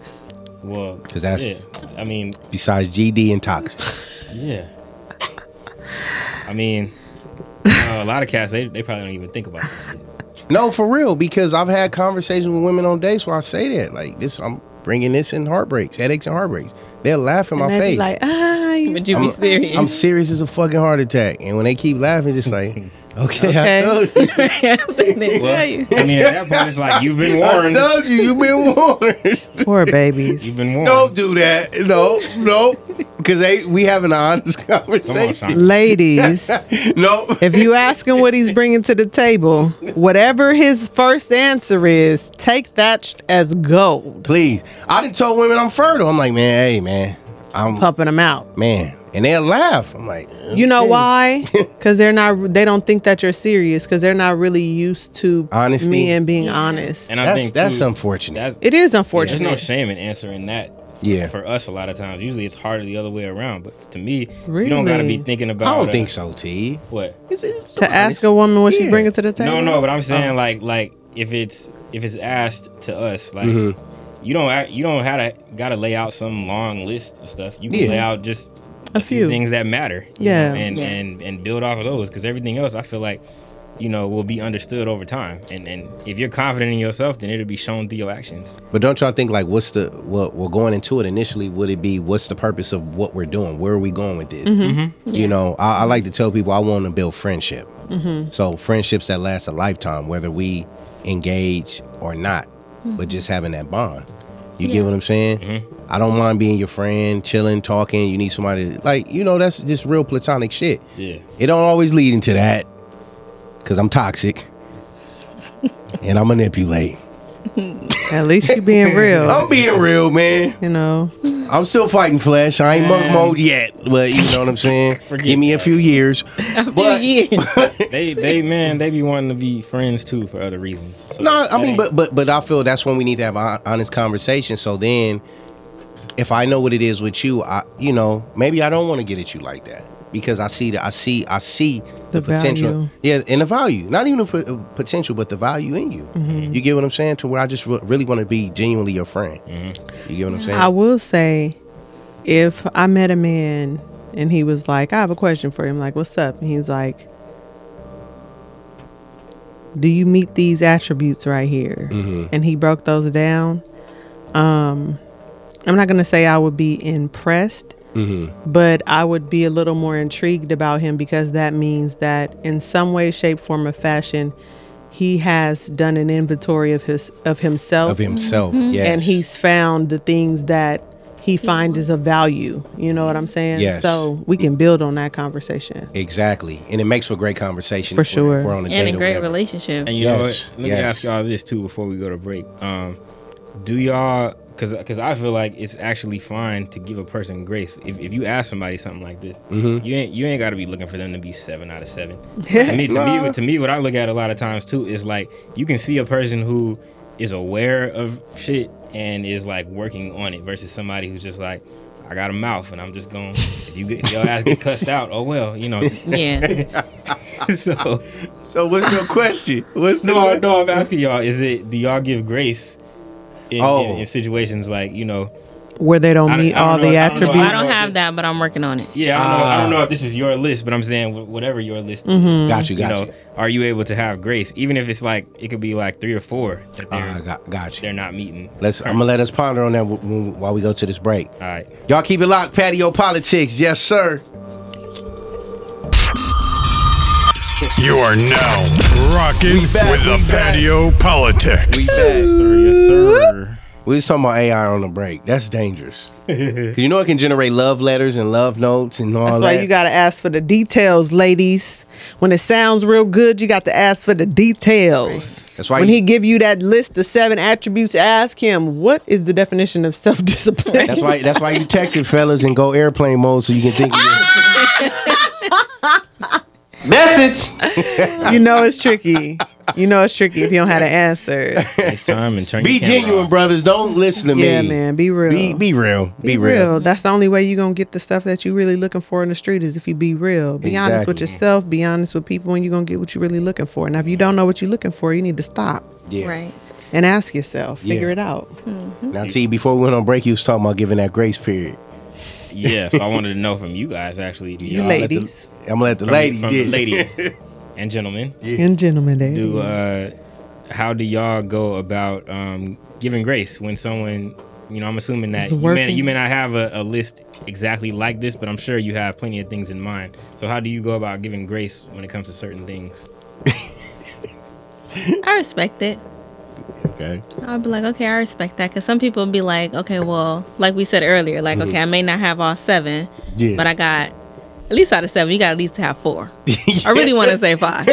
well,
'Cause that's-
yeah. I mean
Besides GD and toxic.
yeah. I mean, uh, a lot of cats they they probably don't even think about that. Shit.
No, for real, because I've had conversations with women on dates where I say that, like this, I'm bringing this in heartbreaks, headaches, and heartbreaks. They'll laugh in my
And they be
face.
Like, ah, you-
Would you
I'm,
be serious?
I'm serious as a fucking heart attack, and when they keep laughing, it's just like, okay, I
Okay.
told you,
I didn't tell you.
I mean, at that point, it's like you've been
I
warned.
told you, you've been warned.
poor babies.
You've been warned.
Don't do that. No, no, because they we having an honest conversation.
Sean.
Ladies,
No,
if you ask him what he's bringing to the table, whatever his first answer is, take that sh- as gold,
please. I done told women I'm fertile. I'm like, man, hey, man, I'm
pumping him out.
man, and they'll laugh. I'm like,
You know
okay.
why? Because they're not. They don't think that you're serious. Because they're not really used to
Honesty.
me and being honest.
And I
That's
think
that's
too,
unfortunate.
that's
it is
there's
unfortunate.
no shame in answering that.
Yeah.
For us, a lot of times, usually it's harder the other way around. But to me, you don't gotta be
Really?
thinking about.
I don't
uh,
think so, T.
What?
It's- it's-
to ask a woman what
Yeah.
she bringing to the table.
Oh.
No, no. But I'm saying like like if it's if it's asked to us like.
Mm-hmm.
you don't act- you don't have to gotta lay out some long list of stuff. You can
Yeah.
lay out just
A few.
things that matter. you
Yeah.
know, and
Yeah.
and and build off of those because everything else I feel like you know will be understood over time. And and if you're confident in yourself, then it'll be shown through your actions.
But don't y'all think like what's the what we're going into it initially? Would it be what's the purpose of what we're doing? Where are we going with this?
Mm-hmm.
You know, I, I like to tell people I want to build friendship.
Mm-hmm.
So friendships that last a lifetime, whether we engage or not,
Mm-hmm.
but just having that bond. You get what I'm saying? I don't mind being your friend, chilling, talking. You need somebody like you know that's just real platonic shit.
Yeah.
It don't always lead into that because I'm toxic and I manipulate.
At least you being real.
I'm being real, man.
You know.
I'm still fighting flesh. I ain't monk mode yet, but you know what I'm saying. Give me a few years.
But, yeah.
They they man they be wanting to be friends too for other reasons. So
No,
that
I mean,
ain't-
but but but I feel that's when we need to have an honest conversation. So then, if I know what it is with you, I you know maybe I don't want to get at you like that because I see that I see I see the,
The
potential.
value.
Yeah, and the value, not even the po- uh, potential, but the value in you.
Mm-hmm.
You get what I'm saying? To where I just re- really want to be genuinely your friend. You get what I'm saying?
I will say, if I met a man and he was like, I have a question for him, like, what's up? And he's like, Do you meet these attributes right here? And he broke those down. Um, I'm not going to say I would be impressed, but I would be a little more intrigued about him because that means that in some way, shape, form, or fashion, he has done an inventory of his of himself
of himself, yes.
Mm-hmm. and he's found the things that he finds is of value. You know what I'm saying?
Yes.
So we can build on that conversation.
Exactly, and it makes for great conversation
For
if we're- if
sure.
we're on a
and
date
a
or
great
whatever.
relationship.
And you
Yes,
know what? Let me
yes.
ask y'all this too before we go to break. Um, do y'all, cause, cause I feel like it's actually fine to give a person grace. If, if you ask somebody something like this,
Mm-hmm.
you ain't you ain't got to be looking for them to be seven out of seven. to me, to me, to me, what I look at a lot of times too is like you can see a person who is aware of shit and is like working on it versus somebody who's just like. I got a mouth, and I'm just going. If you get if your ass get cussed out, oh well, you know.
Yeah.
so
So what's your question? What's the
no,
question?
no, I'm asking y'all. Is it do y'all give grace in, in-
Oh.
in, situations like you know?
Where they don't
I don't-
meet
I don't
all
know-
the
I don't know-
attributes.
I don't have that, but I'm working on it.
Yeah, I don't, know, I
Ah.
don't know if this is your list, but I'm saying wh- whatever your list. is,
Got you,
You
got
know,
you.
are you able to have grace, even if it's like it could be like three or four that they're,
Ah, got, got
they're
you.
not meeting?
Let's. I'm gonna let us ponder on that w- w- while we go to this break.
All right,
Y'all keep it locked, patio politics. Yes, sir.
You are now rocking
We back,
with the
we back.
patio politics.
Yes,
sir. Yes, sir.
We was talking about AI on the break. That's dangerous. 'Cause you know it can generate love letters and love notes and all
That's
that.
why you gotta ask for the details, ladies. When it sounds real good, you got to ask for the details.
That's why
when
you-
he give you that list of seven attributes, ask him what is the definition of self discipline.
that's why. That's why you text it, fellas, and go airplane mode so you can think. Of your- Message.
you know it's tricky. You know it's tricky if you don't have the answer.
FaceTime and turn.
Be
your camera
genuine,
off.
brothers. Don't listen to me.
Yeah, man. Be real.
Be be real. Be,
Be
real.
real. That's the only way you're gonna get the stuff that you really looking for in the street is if you be real. Be honest with
Exactly.
yourself, be honest with people, and you're gonna get what you're really looking for. Now if you don't know what you're looking for, you need to stop
Yeah.
Right.
and ask yourself. Figure
Yeah.
it out.
Now, T, before we went on break, you was talking about giving that grace period.
Yeah, so I wanted to know from you guys actually. do
You
y'all-
let the-
ladies
I'm gonna let the
from-
ladies.
from
yeah.
ladies and gentlemen.
and gentlemen ladies.
do uh how do y'all go about um giving grace when someone you know i'm assuming that
It's
you may,
working.
you may not have a, a list exactly like this but i'm sure you have plenty of things in mind so how do you go about giving grace when it comes to certain things
I respect it.
Okay.
I'll be like, okay, I respect that. Because some people be like, okay, well, like we said earlier, like, okay, I may not have all seven,
Yeah.
but I got at least out of seven, you got at least to have four. I really want to say five.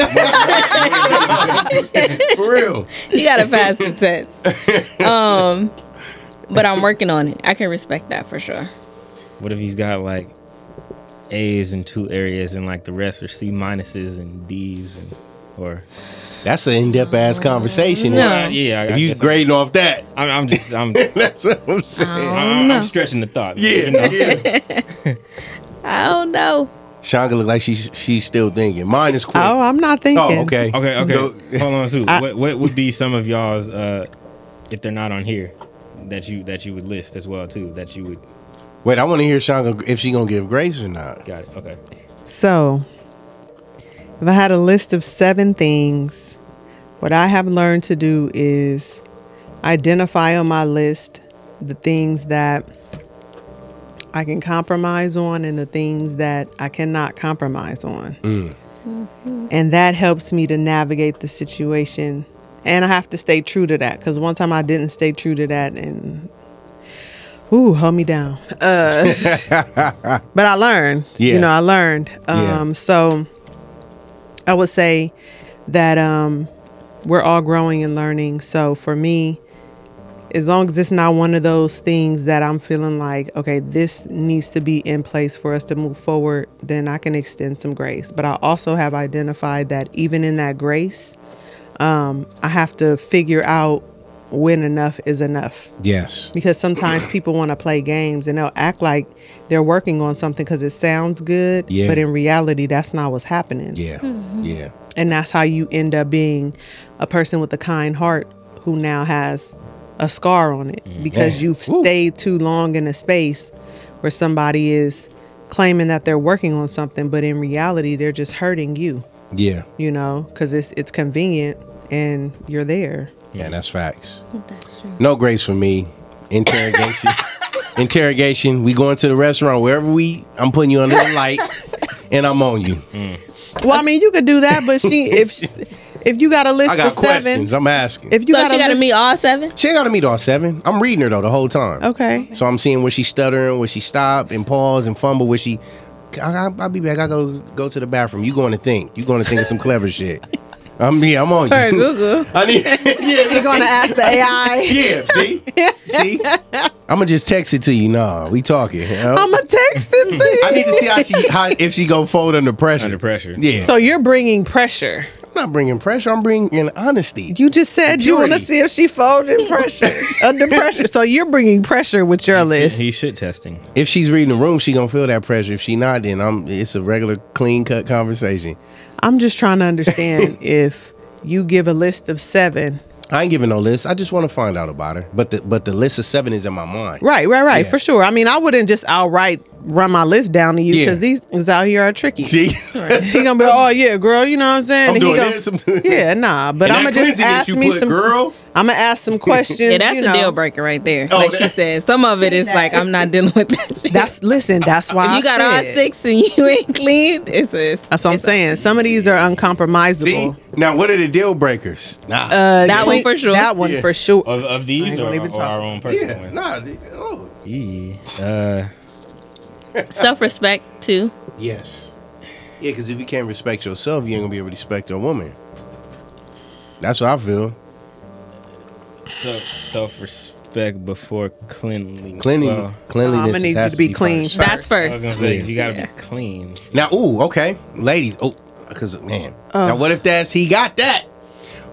For real.
you got to pass the test. Um, but I'm working on it. I can respect that for sure.
what if he's got like a's in two areas and like the rest are c minuses and d's and or
That's an in-depth ass conversation.
No.
Uh, yeah I,
If
I
you
guess
grading off that,
I'm, I'm, I'm just i'm I-
that's what
Uh-huh.
I'm saying.
I'm,
no.
stretching the thought
yeah.
you know?
yeah.
I don't know.
Shanga look like she's she's still thinking. Mine is quick.
Oh, I'm not thinking.
Oh, okay.
Okay, okay.
Go-
Hold on, too.
I-
what, what would be some of y'all's, uh, if they're not on here, that you that you would list as well too. That you would
Wait, I want to hear Sean go- if she gonna give grace or not.
got it. Okay.
So, if I had a list of seven things, what I have learned to do is identify on my list the things that I can compromise on and the things that I cannot compromise on. And that helps me to navigate the situation. And I have to stay true to that because one time I didn't stay true to that and, ooh, held me down. Uh, but I learned.
Yeah.
You know, I learned.
Yeah.
Um, So I would say that um, we're all growing and learning. So for me, as long as it's not one of those things that I'm feeling like, okay, this needs to be in place for us to move forward, then I can extend some grace. But I also have identified that even in that grace, um, I have to figure out when enough is enough
Yes.
because sometimes people want to play games and they'll act like they're working on something because it sounds good,
Yeah.
but in reality, that's not what's happening.
Yeah. Hmm. Yeah.
And that's how you end up being a person with a kind heart who now has a scar on it because
Mm-hmm. Man,
you've
woo.
stayed too long in a space where somebody is claiming that they're working on something, but in reality, they're just hurting you,
Yeah.
you know, because it's, it's convenient and you're there.
Yeah, that's facts.
That's true.
No grace for me. Interrogation. Interrogation. We going to the restaurant wherever we. I'm putting you under the light, and I'm on you.
Well, I mean, you could do that, but she, if, she, if you got a list
I got
of seven,
questions. I'm asking.
if you
so
got
she
a
got to
list-
meet all seven.
she ain't got to meet all seven. I'm reading her though the whole time.
Okay.
So I'm seeing where she stuttering, where she stopped and paused and fumbled, where she. I, I, I'll be back. I go go to the bathroom. You going to think? You going to think of some clever shit? I'm yeah. I'm on
Or
you.
Google.
I need. yeah.
You're gonna ask the AI.
Yeah. See. See. I'm gonna just text it to you. Nah, we talking. you know?
I'ma text it to you.
I need to see how she how, if she go fold under pressure.
Under pressure.
Yeah.
So you're bringing pressure.
I'm not bringing pressure. I'm bringing honesty.
You just said you want to
Purity.
see if she folded pressure under pressure. So you're bringing pressure with your list.
He's shit testing.
If she's reading the room, she gonna feel that pressure. If she not, then I'm. It's a regular clean cut conversation.
I'm just trying to understand if you give a list of seven.
I ain't giving no list. I just want to find out about her. But the but the list of seven is in my mind.
Right, right, right,
Yeah.
for sure. I mean, I wouldn't just outright run my list down to you
Yeah.
because these things out here are tricky.
See,
He gonna be, oh yeah, girl, you know what I'm saying?
I'm
And he
doing
gonna-
this. I'm doing
Yeah, nah. But
And
I'm
that
gonna just
cleansing that
ask
you
me
put,
some.
girl.
I'm gonna ask some questions.
Yeah, that's
you
a
know.
deal breaker right there.
Oh,
like she
that-
said, some of it is like I'm not dealing with that. Shit.
That's listen. That's why
If
I
you got all
said-
six and you ain't clean. It's a
That's what I'm saying. Some of these are
See
uncompromisable.
now, what are the deal breakers? Nah.
Uh,
That
you-
one for sure.
That one
Yeah.
for sure.
Of, of
I
these
ain't
or,
gonna even
or
talk
our own personal
yeah.
ones?
Nah. they- Oh.
Yeah. Uh,
self respect too.
Yes. Yeah, because if you can't respect yourself, you ain't gonna be able to respect a woman. That's what I feel.
so, self respect before cleanliness.
Cleanliness,
Well,
cleanliness.
I'm gonna need you
has
to be clean.
first.
That's
I was
first.
gonna say
Yeah.
you gotta be clean.
Now, ooh, okay, ladies. Oh, because man. Now, what if that's he got that?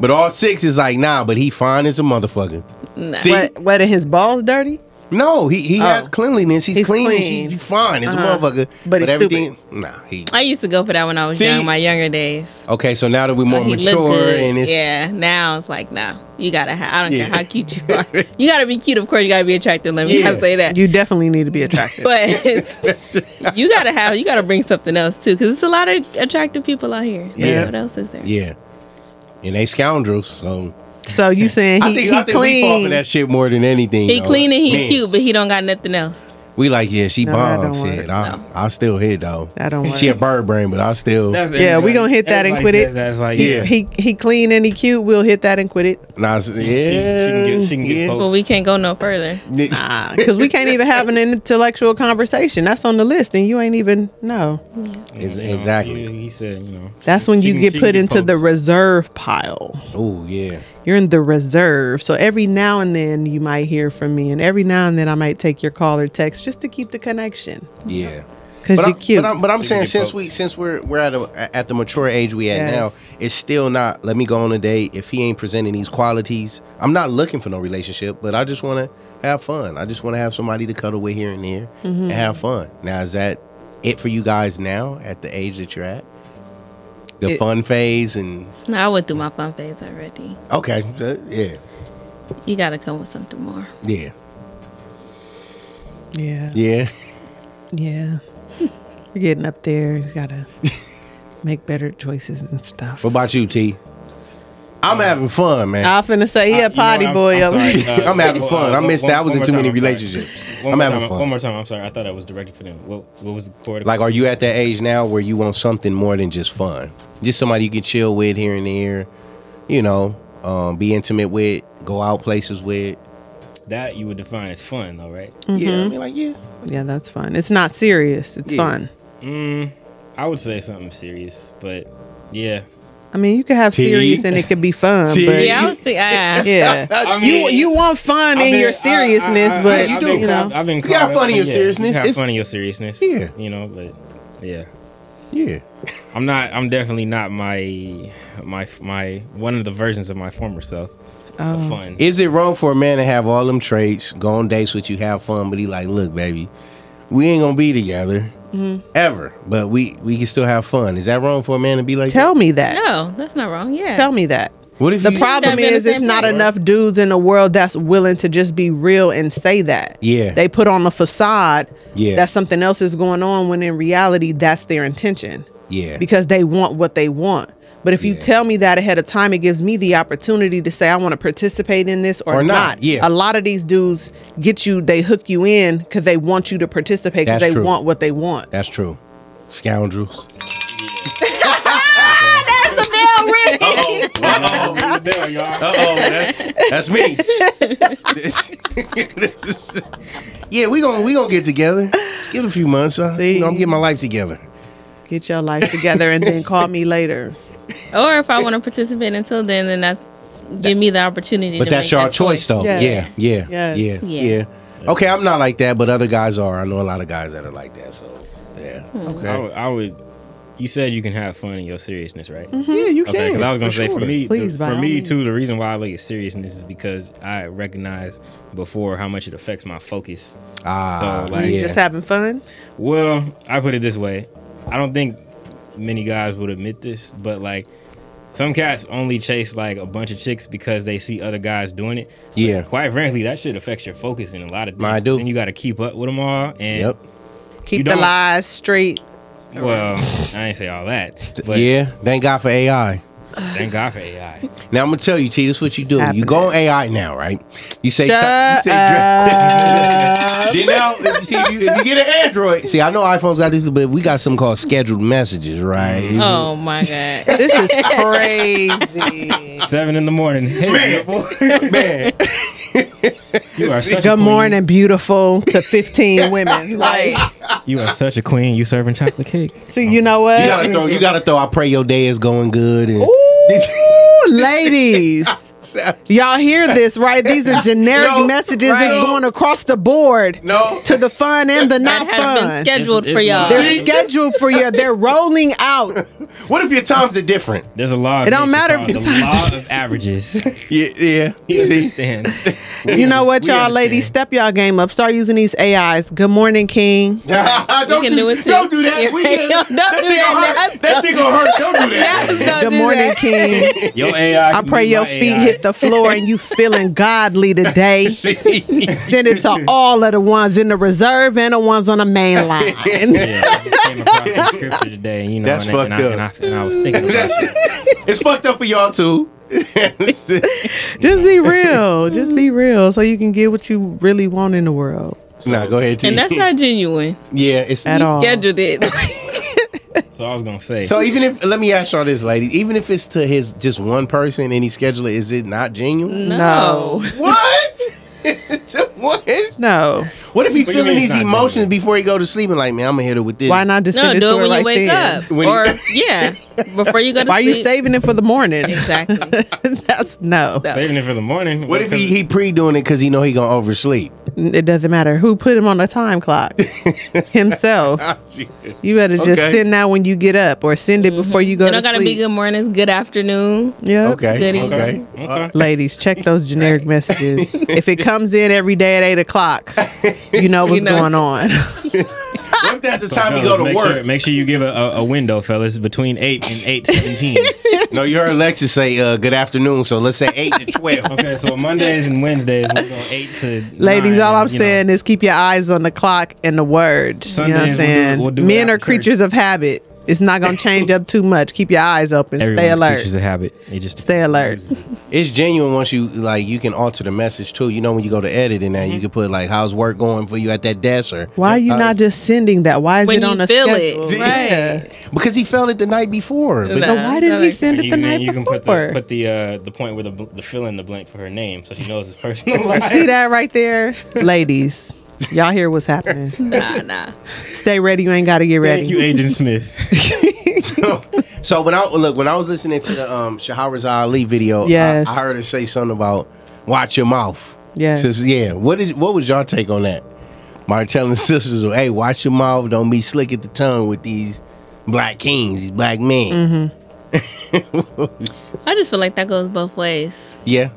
But all six is like nah, but he fine as a motherfucker.
Nah.
See,
What? What? and His balls dirty?
no, he he
Oh.
has cleanliness. He's,
He's
clean. and
clean.
She you fine as
Uh-huh.
a motherfucker.
But he's
nah. He
I used to go for that when I was
See?
young, my younger days.
okay. So now that we're more
He looked
mature
good.
and it's
yeah, now it's like no, you gotta. Ha- I don't
Yeah.
care how cute you are. You gotta be cute, of course. You gotta be attractive. Let me
Yeah.
not say that.
You definitely need to be attractive.
but it's- you gotta have. You gotta bring something else too, because it's a lot of attractive people out here. Like,
Yeah.
what else is there?
yeah, and they scoundrels. So
so you saying he,
I think
he
I think we fall for
clean?
that shit more than anything.
He
though.
clean and he
Man,
cute, but he don't got nothing else.
We like yeah, she
No, that
bomb
don't
shit.
work.
I I still hit though.
That don't
She a
work.
bird brain, but I still
Yeah, we gonna hit that and quit it.
That's like
Yeah.
yeah.
He he clean and he cute. We'll hit that and quit it.
nah. it's- Yeah,
she can get- she can get
yeah.
poked.
Well, we can't go no further.
Ah, because we can't even have an intellectual conversation. That's on the list, and you ain't even no.
Ex-
you know,
exactly.
He, he said, you know.
That's when
she
you
can-
get
she
put
can
into the
poked.
reserve pile.
Oh yeah.
You're in the reserve. So every now and then you might hear from me, and every now and then I might take your call or text just to keep the connection.
Yeah.
Because
But
you're
I'm,
cute.
but I'm, but I'm
She can
saying
get
since
poked.
we since we're we're at a, at the mature age we at
Yes.
now, it's still not. Let me go on a date. If he ain't presenting these qualities, I'm not looking for no relationship. But I just want to have fun. I just want to have somebody to cuddle with here and there
Mm-hmm.
and have fun. Now is that it for you guys now at the age that you're at? The
It-
fun phase and
No, I went through my fun phase already.
okay, uh, yeah.
You got to come with something more.
Yeah.
Yeah.
Yeah.
Yeah. We're getting up there. He's got to make better choices and stuff.
What about you, T? I'm having fun, man.
I finna say
Uh,
he a potty boy up here.
Uh,
I'm having fun. I missed that. I was in too many relationships. I'm having fun.
One more time. I'm sorry. I thought I was directed for them. What, what was the chord?
Like, are you at that age now where you want something more than just fun? Just somebody you can chill with here and there, you know, um, be intimate with, go out places with.
that you would define as fun, though, right?
Yeah,
Mm-hmm.
I mean, like, yeah.
Yeah, that's fun. It's not serious. It's
Yeah.
fun.
I would say something serious, but yeah.
I mean, you can have serious and it could be fun,
Tea.
but
Yeah, I was thinking. Yeah.
yeah.
Uh,
I
you you want fun
I've
in
been-
your
I- I-
seriousness,
I- I-
but
you
I've
do,
been
you
caught-
know,
I've been
You got
caught
fun in
up-
your
yeah,
seriousness.
You got
It's-
fun in your seriousness.
Yeah.
you know, but yeah,
Yeah.
I'm not. I'm definitely not my my my one of the versions of my former self. Of fun.
Is Oh. it wrong for a man to have all them traits, go on dates with you, have fun, but he like, look, baby, we ain't gonna be together
Mm-hmm.
ever, but we we can still have fun. Is that wrong for a man to be like?
tell me that.
No, that's not wrong. Yeah.
Tell me that.
that? What if
The
you-
problem
That been the
is, it's
same
not
thing.
enough dudes in the world that's willing to just be real and say that.
Yeah.
They put on a facade
Yeah.
that something else is going on when in reality, that's their intention
Yeah.
because they want what they want. But if you
Yeah.
tell me that ahead of time, it gives me the opportunity to say I want to participate in this or,
Or not,
not.
yeah.
A lot of these dudes get you, they hook you in because they want you to participate because
That's
they
true.
want what they want.
That's true. Scoundrels.
There's the bell ring.
Uh-oh. There, y'all.
oh, that's, that's me. yeah, we gonna we gonna get together. Just give it a few months. Huh? You know, I'm getting my life together.
Get your life together and then call me later.
or if I want to participate until then, then that's give me the opportunity.
But
to
that's
make
your
that
choice, though.
Yes.
Yeah, yeah,
Yes.
yeah, yeah,
Yeah.
Okay, I'm not like that, but other guys are. I know a lot of guys that are like that. So, yeah.
Hmm.
I
Okay.
would, I would. You said you can have fun in your seriousness, right?
Yeah, you
Okay,
can.
because I was gonna say
sure.
for me,
Please,
the-
by
for
all
me
means.
too, the reason why I look at seriousness is because I recognize before how much it affects my focus.
Ah,
So, like,
yeah.
Just having fun.
Well, I put it this way: I don't think many guys would admit this, but like some cats only chase like a bunch of chicks because they see other guys doing it. But
Yeah.
quite frankly, that shit affects your focus in a lot of things.
Nah, I do.
And you got to keep up with them all. And
yep.
Keep
You
the
don't-
lies straight.
well, I ain't say all that, but
yeah. Thank God for AI.
thank God for AI.
Now I'm gonna tell you, T. This is what you do. You go on AI now, right? You say,
Shut
you say
up.
then now, if you see, if you, if you get an Android, see, I know iPhones got this, but we got something called scheduled messages, right?
Oh my god.
This is crazy.
Seven in the morning. Hey, beautiful.
Man,
you are such
Good
a queen.
morning, beautiful, to 15 women. Like,
You are such a queen. You serving chocolate cake.
see, you know what?
you gotta throw. You gotta throw. I pray your day is going good. And
Ooh, ladies. Y'all hear this, right? These are generic
No,
messages
right.
that's going across the board
no,
to the fun and the not
That has been
fun.
scheduled
It's-
for
it's
y'all.
live.
They're scheduled for you. They're rolling out.
what if your times are different?
There's a law. Of
It don't
nature
matter
called
if
the law of averages.
Yeah, yeah.
you
See,
understand?
You know what,
We
y'all
understand.
ladies? Step y'all game up. Start using these AIs. Good morning, King.
don't
can do it too.
Don't do that. We can,
Don't do
that. Shit gonna
that.
hurt. That shit gonna hurt. Don't do that.
Just don't
Good
do
morning,
that.
King.
Your AI.
I
can
pray
be
your
my
feet
AI.
hit the floor and you feeling godly today.
See,
Send it to all of the ones in the reserve and the ones on the main line.
Yeah, I just came across the scripture today, and, you know,
That's
and, I- and,
fucked
I, and, I,
up.
and I was thinking about it.
it's fucked up for y'all too.
Just be real. Just be real so you can get what you really want in the world
nah, go ahead. T.
And that's not genuine.
yeah. It's
at all.
Scheduled it.
So I was gonna say.
So even if let me ask y'all this, ladies, even if it's to his just one person and he schedule it, is it not genuine?
No.
What? what?
No.
What if he
What do
feeling
you mean
these
it's not
emotions
genuine?
before he go to sleep and like, man, I'm gonna hit her with this.
Why not just
No,
send it to
do it
her
when
right
you wake
then?
up.
When-
or yeah. Before you go to
Why are you
sleep.
saving it for the morning?
Exactly.
That's no.
Saving it for the morning.
What if he, he pre doing it because he know he gonna oversleep?
It doesn't matter who put him on the time clock. Himself.
Oh,
You better just
Okay.
send that when you get up or send it before you go
Mm-hmm. You
to
don't gotta be
sleep.
good mornings, good afternoon.
Yep.
Okay.
Goody.
Okay. Uh,
Okay.
Ladies, check those generic messages. if it comes in every day at eight o'clock, you know what's
You know.
going on.
What if that's the
So,
time you
fellas,
go to
make
work?
Sure, make sure you give a, a, a window, fellas, between eight and eight seventeen.
No, you heard Alexis say uh, good afternoon, so let's say 8 to 12.
okay, so Mondays and Wednesdays we're going eight to.
Ladies,
nine,
all I'm
you know.
saying is keep your eyes on the clock and the word. you know what
Sundays
I'm
we'll do-
saying?
we'll do it
Men
after
are
church.
creatures of habit. It's not gonna change up too much. Keep your eyes open. Stay
Everyone's
alert.
creatures of habit. They just
Stay alert.
it's genuine once you like you can alter the message too. You know when you go to edit and that you can put like how's work going for you at that desk or
Why are you
Uh,
not just sending that? Why is
When
it on
you
a
feel it,
schedule?
right.
Yeah.
because he felt it the night before. But
Nah.
So why didn't he
Like-
send it
You
the
can-
night
you can
before?
put the put the uh, the point where the bl- the fill in the blank for her name, so she knows it's personal. life.
See that right there, ladies. Y'all hear what's happening?
Nah, nah.
Stay ready. You ain't got to get
Thank you,
ready.
Agent Smith.
So when I look, when I was listening to the um, Shahrazad Ali video, I-
Yes.
I, heard her say something about watch your mouth.
Yes.
Sis- yeah. What is what was y'all take on that? Martelling sisters, hey, watch your mouth. Don't be slick at the tongue with these black kings, these black men.
Mm-hmm.
I just feel like that goes both ways.
Yeah,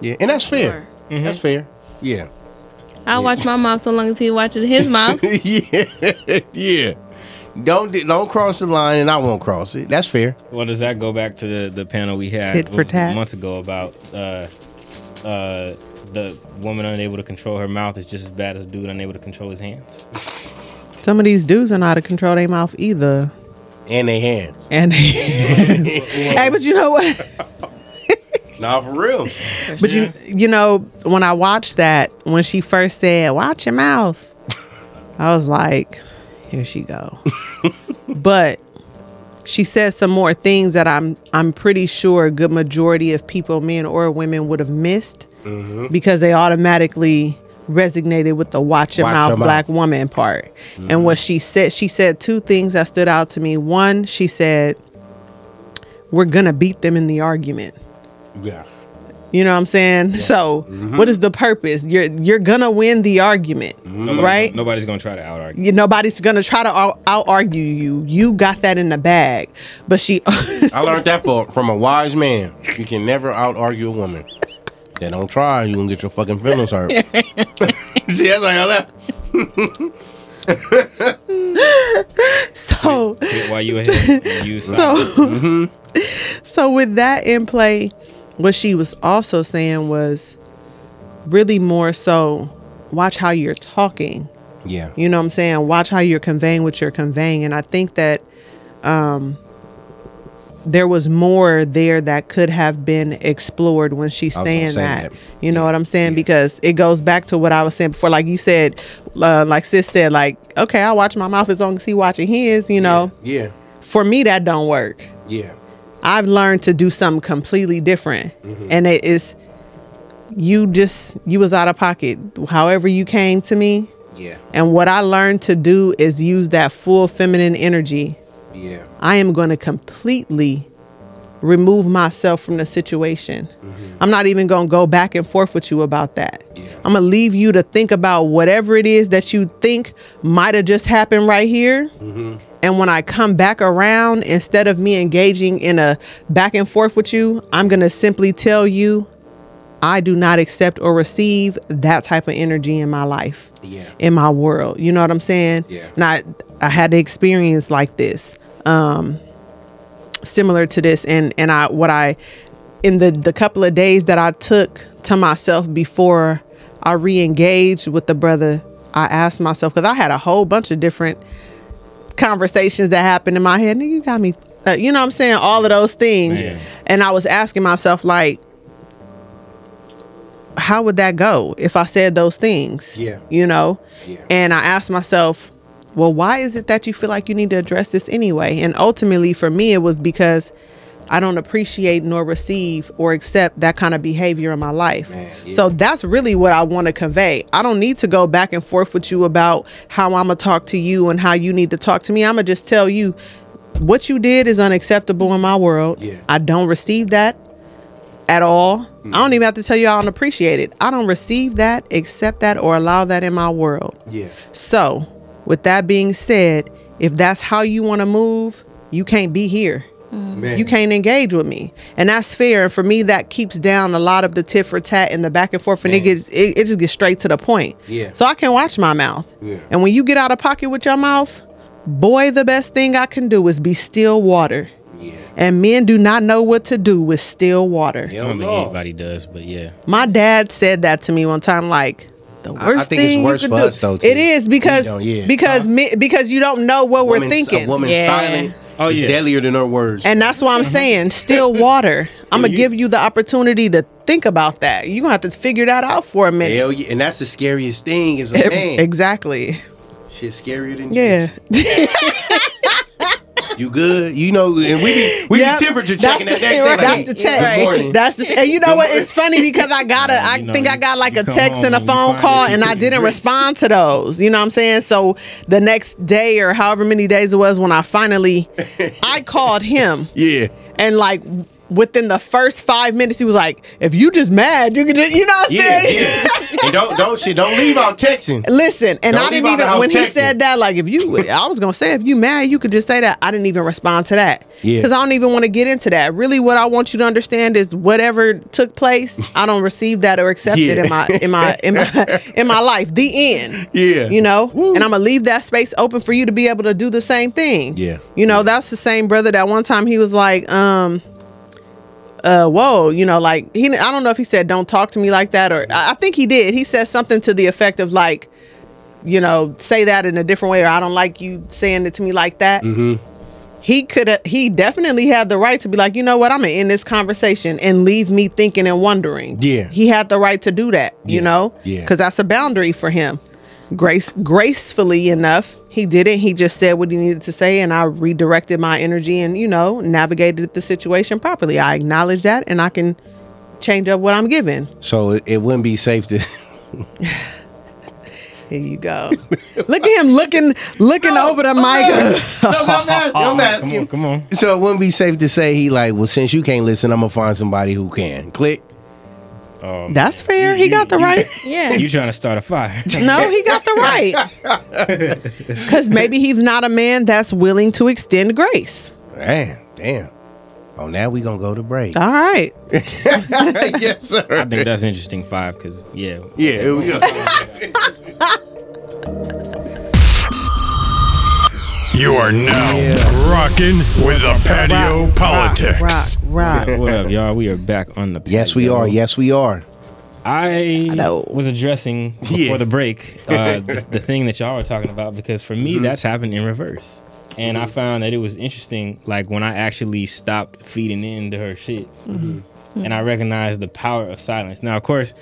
yeah, and that's fair. That's fair. Yeah,
I watch my mouth so long as he watches his mouth.
yeah, yeah. Don't di- don't cross the line, and I won't cross it. That's fair.
well, does that go back to the, the panel we had
Tit for
w-
tat.
months ago about uh, uh, the woman unable to control her mouth is just as bad as a dude unable to control his hands?
Some of these dudes are not to control their mouth either.
And they hands.
And hey, but you know what?
Nah, for real.
But you you know when I watched that when she first said watch your mouth, I was like, here she go. but she said some more things that I'm I'm pretty sure a good majority of people, men or women, would have missed
Mm-hmm.
because they automatically resonated with the watch your
Watch
mouth
your mouth. Mm-hmm.
black woman part. And what she said, she said two things that stood out to me. One, she said, "We're gonna beat them in the argument."
Yeah.
You know what I'm saying? So, what is the purpose? You're you're gonna win the argument,
Nobody-
right?
Nobody's gonna try to out argue.
You- Nobody's gonna try to out argue you. You got that in the bag. But she,
I learned that for, from a wise man. You can never out argue a woman. They don't try, you gonna get your fucking feelings hurt. See, that's like I left.
so
Wait, Why you ahead? You
so
silent.
so with that in play, what she was also saying was really more so watch how you're talking.
Yeah.
You know what I'm saying? Watch how you're conveying what you're conveying. And I think that um, there was more there that could have been explored when she's
was gonna
saying
say
that.
that.
You know what I'm saying? Because it goes back to what I was saying before. Like you said, uh, like sis said, like, okay, I watch my mouth as long as he watching his, you know.
Yeah.
For me, that don't work.
Yeah.
I've learned to do something completely different.
Mm-hmm.
And it is you just you was out of pocket. However you came to me,
Yeah.
and what I learned to do is use that full feminine energy.
Yeah.
I am going to completely remove myself from the situation. I'm not even going to go back and forth with you about that. I'm going to leave you to think about whatever it is that you think might have just happened right here. And when I come back around, instead of me engaging in a back and forth with you, I'm going to simply tell you I do not accept or receive that type of energy in my life
Yeah.
in my world. You know what I'm saying?
Yeah.
And I I had an experience like this, um, similar to this, and and I what I in the the couple of days that I took to myself before I re-engaged with the brother, I asked myself because I had a whole bunch of different conversations that happened in my head. Nigga, you got me. Uh, you know what I'm saying? All of those things,
Man.
and I was asking myself like. How would that go if I said those things?
Yeah.
You know?
Yeah.
And I asked myself, well, why is it that you feel like you need to address this anyway? And ultimately, for me, it was because I don't appreciate nor receive or accept that kind of behavior in my life. So that's really what I want to convey. I don't need to go back and forth with you about how I'm going to talk to you and how you need to talk to me. I'm going to just tell you what you did is unacceptable in my world.
Yeah.
I don't receive that at all. I don't even have to tell you I don't appreciate it. I don't receive that, accept that, or allow that in my world.
Yeah.
So, with that being said, if that's how you want to move, you can't be here.
Man.
You can't engage with me, and that's fair. And for me, that keeps down a lot of the tit for tat and the back and forth, and it
Man.
gets it, it just gets straight to the point.
Yeah.
So I can watch my mouth,
Yeah.
and when you get out of pocket with your mouth, boy, the best thing I can do is be still water.
Yeah.
And men do not know what to do with still water.
They
I
don't
don't think
know.
anybody does, but yeah.
My dad said that to me one time, like the worst
I think it's
thing
worse
you
for
can do.
us, though, too.
it is because
don't- yeah. Uh,
because me, because you don't know what we're
Woman's-
thinking,
A woman Mm-hmm.
Yeah.
silent
Oh,
is
yeah.
deadlier than her words.
and that's why I'm saying still water. I'm gonna
you-
give you the opportunity to think about that. You're gonna have to figure that out for a minute.
Hell yeah. And that's the scariest thing is a
Ev-
man.
Exactly.
Shit's scarier than
Yeah.
this. You good? You know, and we be, we
Yep.
be temperature
That's
checking that
the-
next day. Like,
That's the
"Good
text.
morning."
That's the, and you know what? It's funny because I got a, I
You know,
think I got like
you
a
come
text
home
and a
and you
phone
find
call,
that
and I
you
didn't
drinking.
respond to those. You know what I'm saying? So the next day or however many days it was when I finally, I called him,
yeah.
and like within the first five minutes, he was like, "If you just mad, you can just, you know what I'm
Yeah,
saying?"
yeah. and don't don't shit, don't leave out texting.
Listen, and
Don't
I didn't
leave out the
even
house
when he
texting.
said that, like if you I was gonna say if you mad, you could just say that. I didn't even respond to that.
Yeah.
Because I don't even want to get into that. Really what I want you to understand is whatever took place, I don't receive that or accept it
Yeah.
in my in my in my in my life. The end.
Yeah.
You know? And I'm gonna leave that space open for you to be able to do the same thing.
Yeah.
You know, that's the same brother that one time he was like, um, uh, whoa, you know, like he, I don't know if he said, don't talk to me like that, or I, I think he did. He said something to the effect of like, you know, say that in a different way, or I don't like you saying it to me like that.
Mm-hmm.
He could, he definitely had the right to be like, you know what, I'm gonna end this conversation and leave me thinking and wondering.
Yeah.
he had the right to do that,
Yeah.
you know,
Yeah.
because that's a boundary for him. Grace, gracefully enough, he did it. He just said what he needed to say, and I redirected my energy and you know navigated the situation properly. I acknowledge that, and I can change up what I'm giving.
So it, it wouldn't be safe to
Here you go. Look at him looking, looking over the mic.
No, no, I'm asking. I'm
Come on,
asking.
come on.
So it wouldn't be safe to say he like, well, since you can't listen, I'm gonna find somebody who can. Click.
Um,
That's fair. He
you-
got the
you-
right.
Yeah.
You trying to start a fire?
No, he got the right. Because maybe he's not a man that's willing to extend grace.
Man, damn. Oh, now we gonna go to break.
All right.
yes,
I
sir.
think that's interesting. Five, because yeah,
Yeah, here we go.
You are now rocking with the patio
Rock,
politics.
Rock, rock, rock.
what up, y'all? We are back on the.
Yes, we
patio.
are. Yes, we are.
I
Hello.
was addressing before
Yeah.
the break uh, the, the thing that y'all were talking about because for
Mm-hmm.
me that's happened in reverse, and I found that it was interesting. Like when I actually stopped feeding into her shit,
Mm-hmm.
and I recognized the power of silence. Now, of course,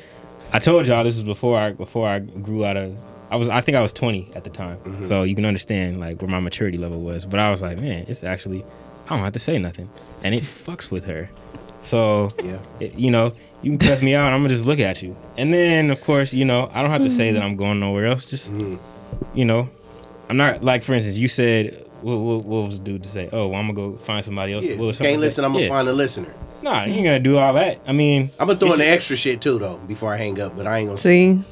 I told y'all this was before I before I grew out of. I was I think I was 20 at the time,
Mm-hmm.
so you can understand like where my maturity level was. But I was like, man, it's actually I don't have to say nothing, and it fucks with her. So
Yeah.
it- you know, you can cuss me out, I'm gonna just look at you. And then of course, you know, I don't have to say that I'm going nowhere else. Just
Mm-hmm.
you know, I'm not like for instance, you said. What, what, what was the dude to say? Oh, well, I'm gonna go find somebody else.
Yeah.
Well, something
Can't
like
listen,
that.
I'm gonna
Yeah.
find a listener.
Nah, you ain't gonna do all that. I mean,
I'm gonna throw
it's
in the
just-
extra shit too though before I hang up, but I ain't gonna
See?
give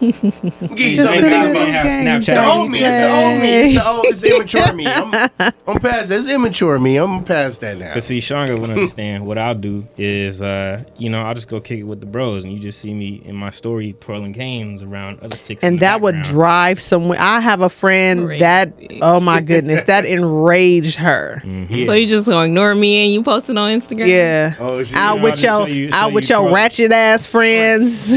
you
Just
something to
put
think
it in
about.
there. have Snapchat.
The
that
old me,
he
it's the old me, it's
plays.
the old, it's the immature me. I'm, I'm past that. It's immature me. I'm past that now.
Cause see, Shonga would understand. What I'll do is, uh, you know, I'll just go kick it with the bros, and you just see me in my story twirling canes around other chicks. in
And
the
that would
background.
drive someone. I have a friend that,
Crazy.
oh my goodness, that enraged her.
Mm.
So you just gonna ignore me and you posting on Instagram?
Yeah.
Oh, shit.
out
know,
with
just
your
show you- show
out with
you
your
twirl-
ratchet ass friends,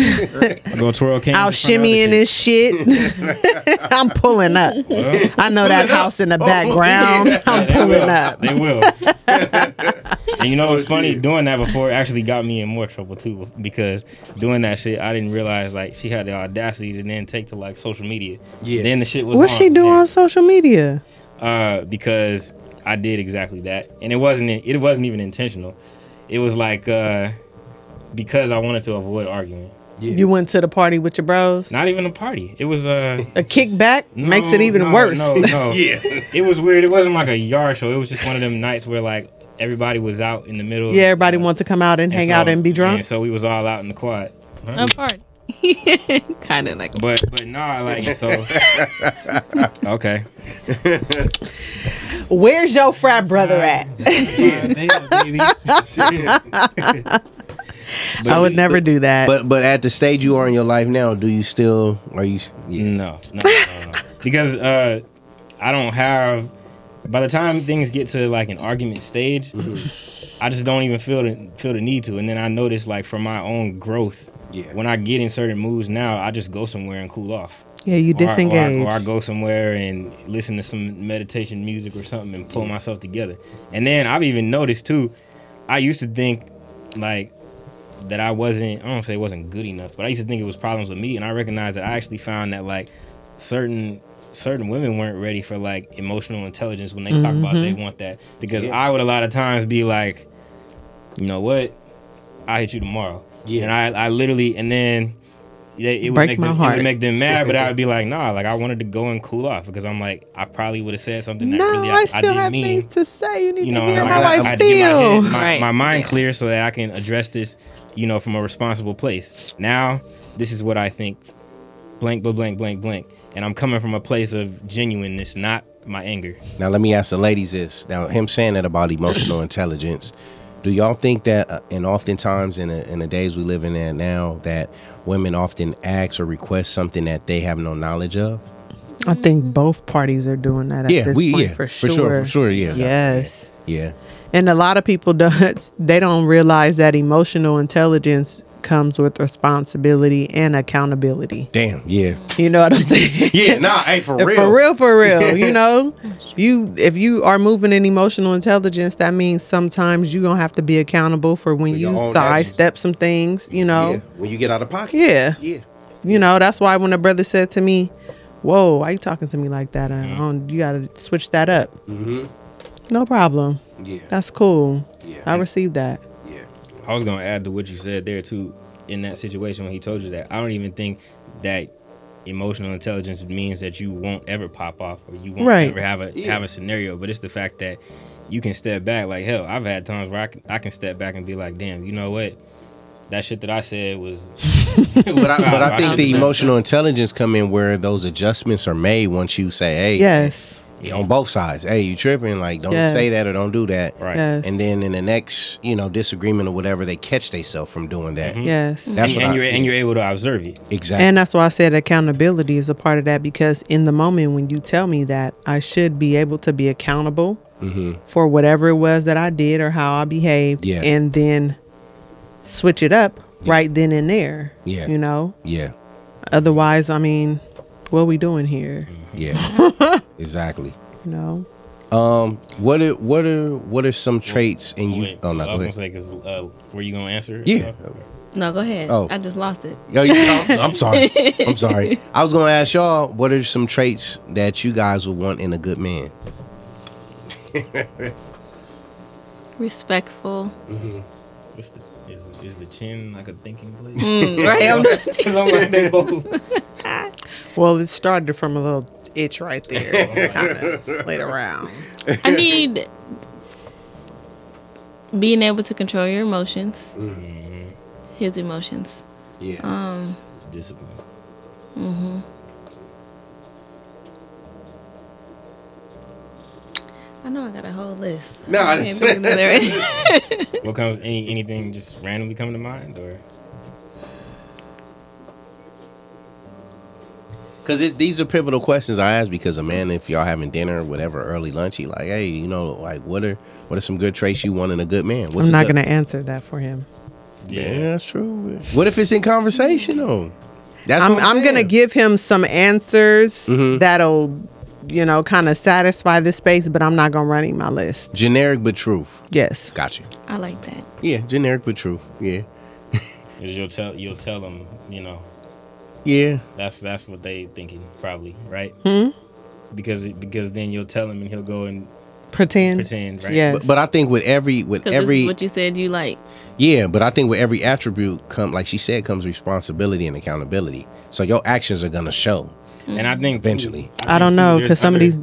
Go twirl canes.
out
in front of other
shimmying and
chicks.
shit. I'm pulling up. I know that house
Oh,
in the background. I'm
They
pulling
will.
up.
They will. and you know what's funny? Doing that before actually got me in more trouble too, because doing that shit, I didn't realize like she had the audacity to then take to like social media.
Yeah.
Then the shit was.
What's
on
she do
there.
on social media?
uh, because I did exactly that, and it wasn't it wasn't even intentional. It was like uh, because I wanted to avoid arguing.
You went to the party with your bros.
Not even a party. It was uh,
A kickback
no,
makes it even
no,
worse.
No, no,
Yeah.
It was weird. It wasn't like a yard show. It was just one of them nights where like everybody was out in the middle.
Yeah, everybody wants to come out and,
And
hang
so-
out and be
yeah,
drunk.
so we was all out in the quad.
A party. kind of like.
But but nah, like so. okay.
Where's your frat brother at? I would never do that.
But but at the stage you are in your life now, do you still are you? Yeah.
No, no, no, no. because uh, I don't have. By the time things get to like an argument stage,
Mm-hmm.
I just don't even feel the feel the need to. And then I notice like for my own growth,
Yeah.
when I get in certain moods now, I just go somewhere and cool off.
yeah, you
Or I- or I-
disengage.
Or I, go somewhere and listen to some meditation music or something and pull myself together. And then I've even noticed too, I used to think like that I wasn't, I don't say it wasn't good enough, but I used to think it was problems with me. And I recognized that I actually found that like certain certain women weren't ready for like emotional intelligence when they talk about they
Mm-hmm.
want that. Because I would a lot of times be like, you know what? I'll hit you tomorrow.
Yeah.
And I, I literally, and then they, it would
Break
make
my
them, It
heart.
would make them mad, but I would be like, nah, like I wanted to go and cool off because I'm like, I probably would have said something that
no,
really I,
I
I
still
didn't
have
mean.
things to say. You need
You know,
to hear
and
how
I,
I,
I, get my, head,
feel.
my,
Right.
my mind
Yeah.
clear so that I can address this, you know, from a responsible place. Now, this is what I think, blank, blank, blank, blank, blank, and I'm coming from a place of genuineness, not my anger.
Now let me ask the ladies this. Now him saying that about emotional intelligence, do y'all think that, uh, and oftentimes in the, in the days we live in there now, that women often ask or request something that they have no knowledge of?
I think both parties are doing that at
Yeah,
this
we-
point
yeah, for
for, sure.
sure, for sure, yeah.
Yes.
Yeah.
And a lot of people don't they don't realize that emotional intelligence comes with responsibility and accountability.
Damn. Yeah.
You know what I'm saying?
Yeah. Nah. Hey, for
If
real.
For real, for real. You know, you if you are moving in emotional intelligence, that means sometimes you gonna have to be accountable for when
your
you
own
sidestep some things. You
Yeah.
know,
When you get out of pocket.
yeah.
Yeah.
You know, that's why when a brother said to me, "Whoa, why you talking to me like that? I
Mm-hmm.
don't, you gotta switch that up." Mm-hmm. No problem.
Yeah.
That's cool.
Yeah.
I received that.
Yeah.
I was gonna add to what you said there too. In that situation when he told you that, I don't even think that emotional intelligence means that you won't ever pop off or you won't
Right.
ever have a have a scenario. But it's the fact that you can step back. Like hell, I've had times where I can I can step back and be like, damn, you know what? That shit that I said was.
But I, but I think the
emotion.
emotional intelligence come in where those adjustments are made once you say, hey,
Yes.
Yeah, on both sides. Hey, you tripping? Like, don't
Yes.
say that or don't do that.
Right.
Yes.
And then in the next, you know, disagreement or whatever, they catch themselves from doing that.
yes.
That's
and,
what I- Oh,
you're and you're able to observe it.
exactly.
And that's why I said accountability is a part of that because in the moment when you tell me that, I should be able to be accountable for whatever it was that I did or how I behaved,
Mm-hmm. Yeah.
and then switch it up right then and there.
Yeah.
You know,
yeah,
otherwise, I mean, what we doing here?
Mm-hmm. yeah, exactly.
You know,
Um, what are what are what are some traits in you?
Wait,
oh no, go
I was gonna
ahead.
say because uh, were you gonna answer?
Yeah.
No, go ahead.
Oh.
I just lost it.
Yo, you- I'm, I'm sorry. I'm sorry. I was gonna ask y'all what are some traits that you guys would want in a good man?
Respectful.
What's the, is, is the chin like a thinking place?
Mm, right. I'm not-
'Cause I'm like, they both-
well, it started from a little itch right there, kind of slid around.
I need being able to control your emotions.
Mm-hmm.
His emotions.
Yeah.
Um,
Discipline.
I know I got a whole list.
No, I
I can't think of the lyrics.
What comes? Any anything just randomly come to mind or?
Because it's, these are pivotal questions I ask because a man, if y'all having dinner or whatever, early lunch, he like, hey, you know, like what are what are some good traits you want in a good man? What's
I'm
a
not
good-
gonna answer that for him.
Yeah. that's true. What if it's in conversation though? That's
I'm
what
I'm gonna
saying.
give him some answers
Mm-hmm.
that'll, you know, kind of satisfy the space, but I'm not gonna run him my list.
generic but truth.
Yes.
Got you.
I like that.
Yeah, generic but truth. Yeah,
Is you'll tell you'll tell them you know
yeah,
that's that's what they thinking probably right.
Hmm?
Because it- because then you'll tell him and he'll go and
Pretend.
pretend right.
Yes.
but, but I think with every with
Because this
every
is what you said you like.
Yeah, but I think with every attribute come like she said comes responsibility and accountability. So your actions are gonna show.
And I think too-
Eventually.
think,
I don't
too,
know
there's
because some of
other-
these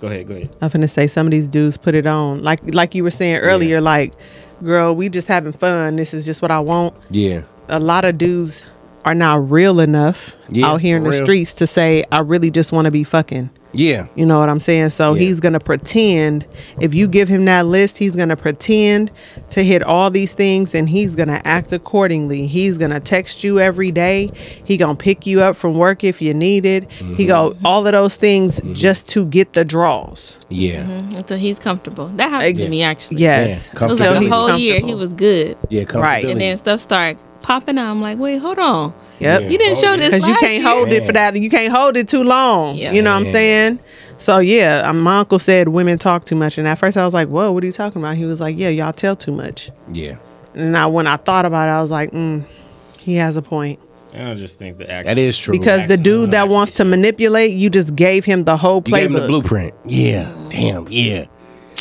Go ahead. Go ahead.
I'm finna say some of these dudes put it on like like you were saying earlier like, girl, we just having fun. This is just what I want.
Yeah.
A lot of dudes are not real enough
Yeah,
out here in
for
the
real.
streets to say I really just want to be fucking.
Yeah.
You know what I'm saying? So
Yeah.
he's going to pretend, if you give him that list, he's going to pretend to hit all these things and he's going to act accordingly. He's going to text you every day. He going to pick you up from work if you need it.
Mm-hmm.
He go all of those things just to get the draws.
Yeah.
until he's comfortable. That happened
Yeah.
to me actually.
Yes.
Yeah,
it was like
So
a
he's
whole year he
comfortable.
was good,
Yeah.
Right.
and then stuff started popping out. I'm like, wait, hold on,
Yep.
you
Oh,
didn't show this
because you
last
can't
year.
hold it for that. You can't hold it too long.
Yeah.
You know what I'm
Yeah.
saying? So yeah, um, my uncle said women talk too much, and at first I was like, "Whoa, what are you talking about?" He was like, "Yeah, y'all tell too much."
yeah.
And I, when I thought about it, I was like, mm, "He has a point."
And I just think the act.
That is true.
Because the
Action,
dude that
action.
wants to manipulate, you just gave him the whole
you gave him the
playbook. You,
blueprint. Yeah. Damn. Yeah.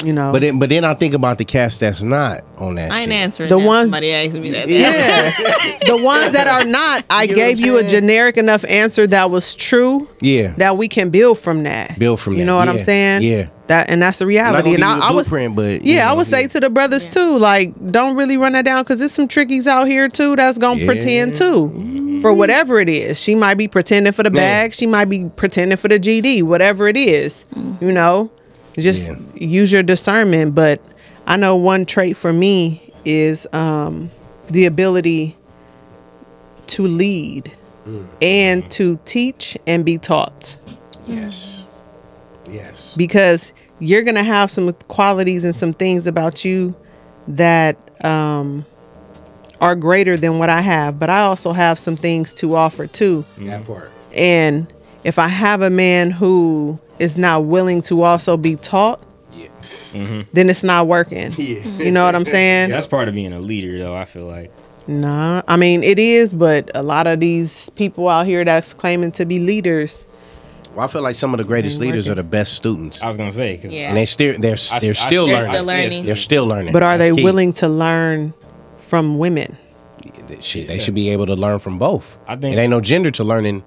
know,
But then, but then I think about the cast that's not on that.
I ain't
shit.
answering.
The
that.
ones-
somebody asked me that.
yeah, the ones that are not, I
know
gave
what I'm
you a
saying?
generic enough answer that was true.
Yeah.
That we can build from that.
Build from
you
that,
know what I'm
yeah,
saying?
yeah.
That and that's the reality. And I, I was
blueprint, but you
Yeah, I
know,
would say to the brothers too, like, don't really run that down because there's some trickies out here too that's gonna
Yeah.
pretend too for whatever it is. She might be pretending for the
Man.
bag, she might be pretending for the GD, whatever it is, you know, just
Yeah.
use your discernment. But I know one trait for me is um, the ability to lead and to teach and be taught
yes, yes,
because you're gonna have some qualities and some things about you that um, are greater than what I have. But I also have some things to offer too.
that part.
And if I have a man who is not willing to also be taught,
Mm-hmm.
then it's not working. You know what I'm saying?
That's part of being a leader, though. I feel like.
Nah, I mean it is, but a lot of these people out here that's claiming to be leaders,
Well, I feel like some of the greatest
Ain't
leaders
working.
are the best students,
I was gonna say because
Yeah.
and they still they're
I,
they're
I-
still
I-
learning.
I-
They're still learning.
They're still learning.
but are
That's
they
key.
willing to learn from women?
That Shit, they should be able to learn from both.
I think-
it ain't no gender to learning,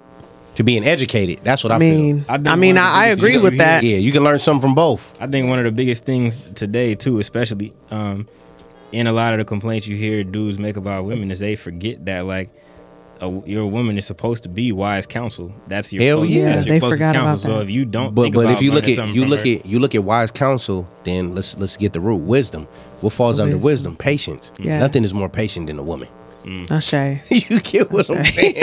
to being educated. That's what I,
I mean,
feel.
I
I,
think
mean,
one of the
I, I
biggest
agree
things
with
you
that.
Yeah, you can learn something from both.
I think one of the biggest things today too, especially um, in a lot of the complaints you hear dudes make about women, is they forget that like a, your woman is supposed to be wise counsel. That's your
Hell
closest-
yeah.
that's your
They
closest
forgot
counsel.
about
So
that.
if you don't,
But
think
but
about
if you look
learning
at
something
you
from
look
her-
at you look at wise counsel, then let's let's get the root wisdom. What falls under
Wisdom.
wisdom? Patience.
Yes.
Nothing is more patient than a woman.
Ashay.
you get what I'm saying?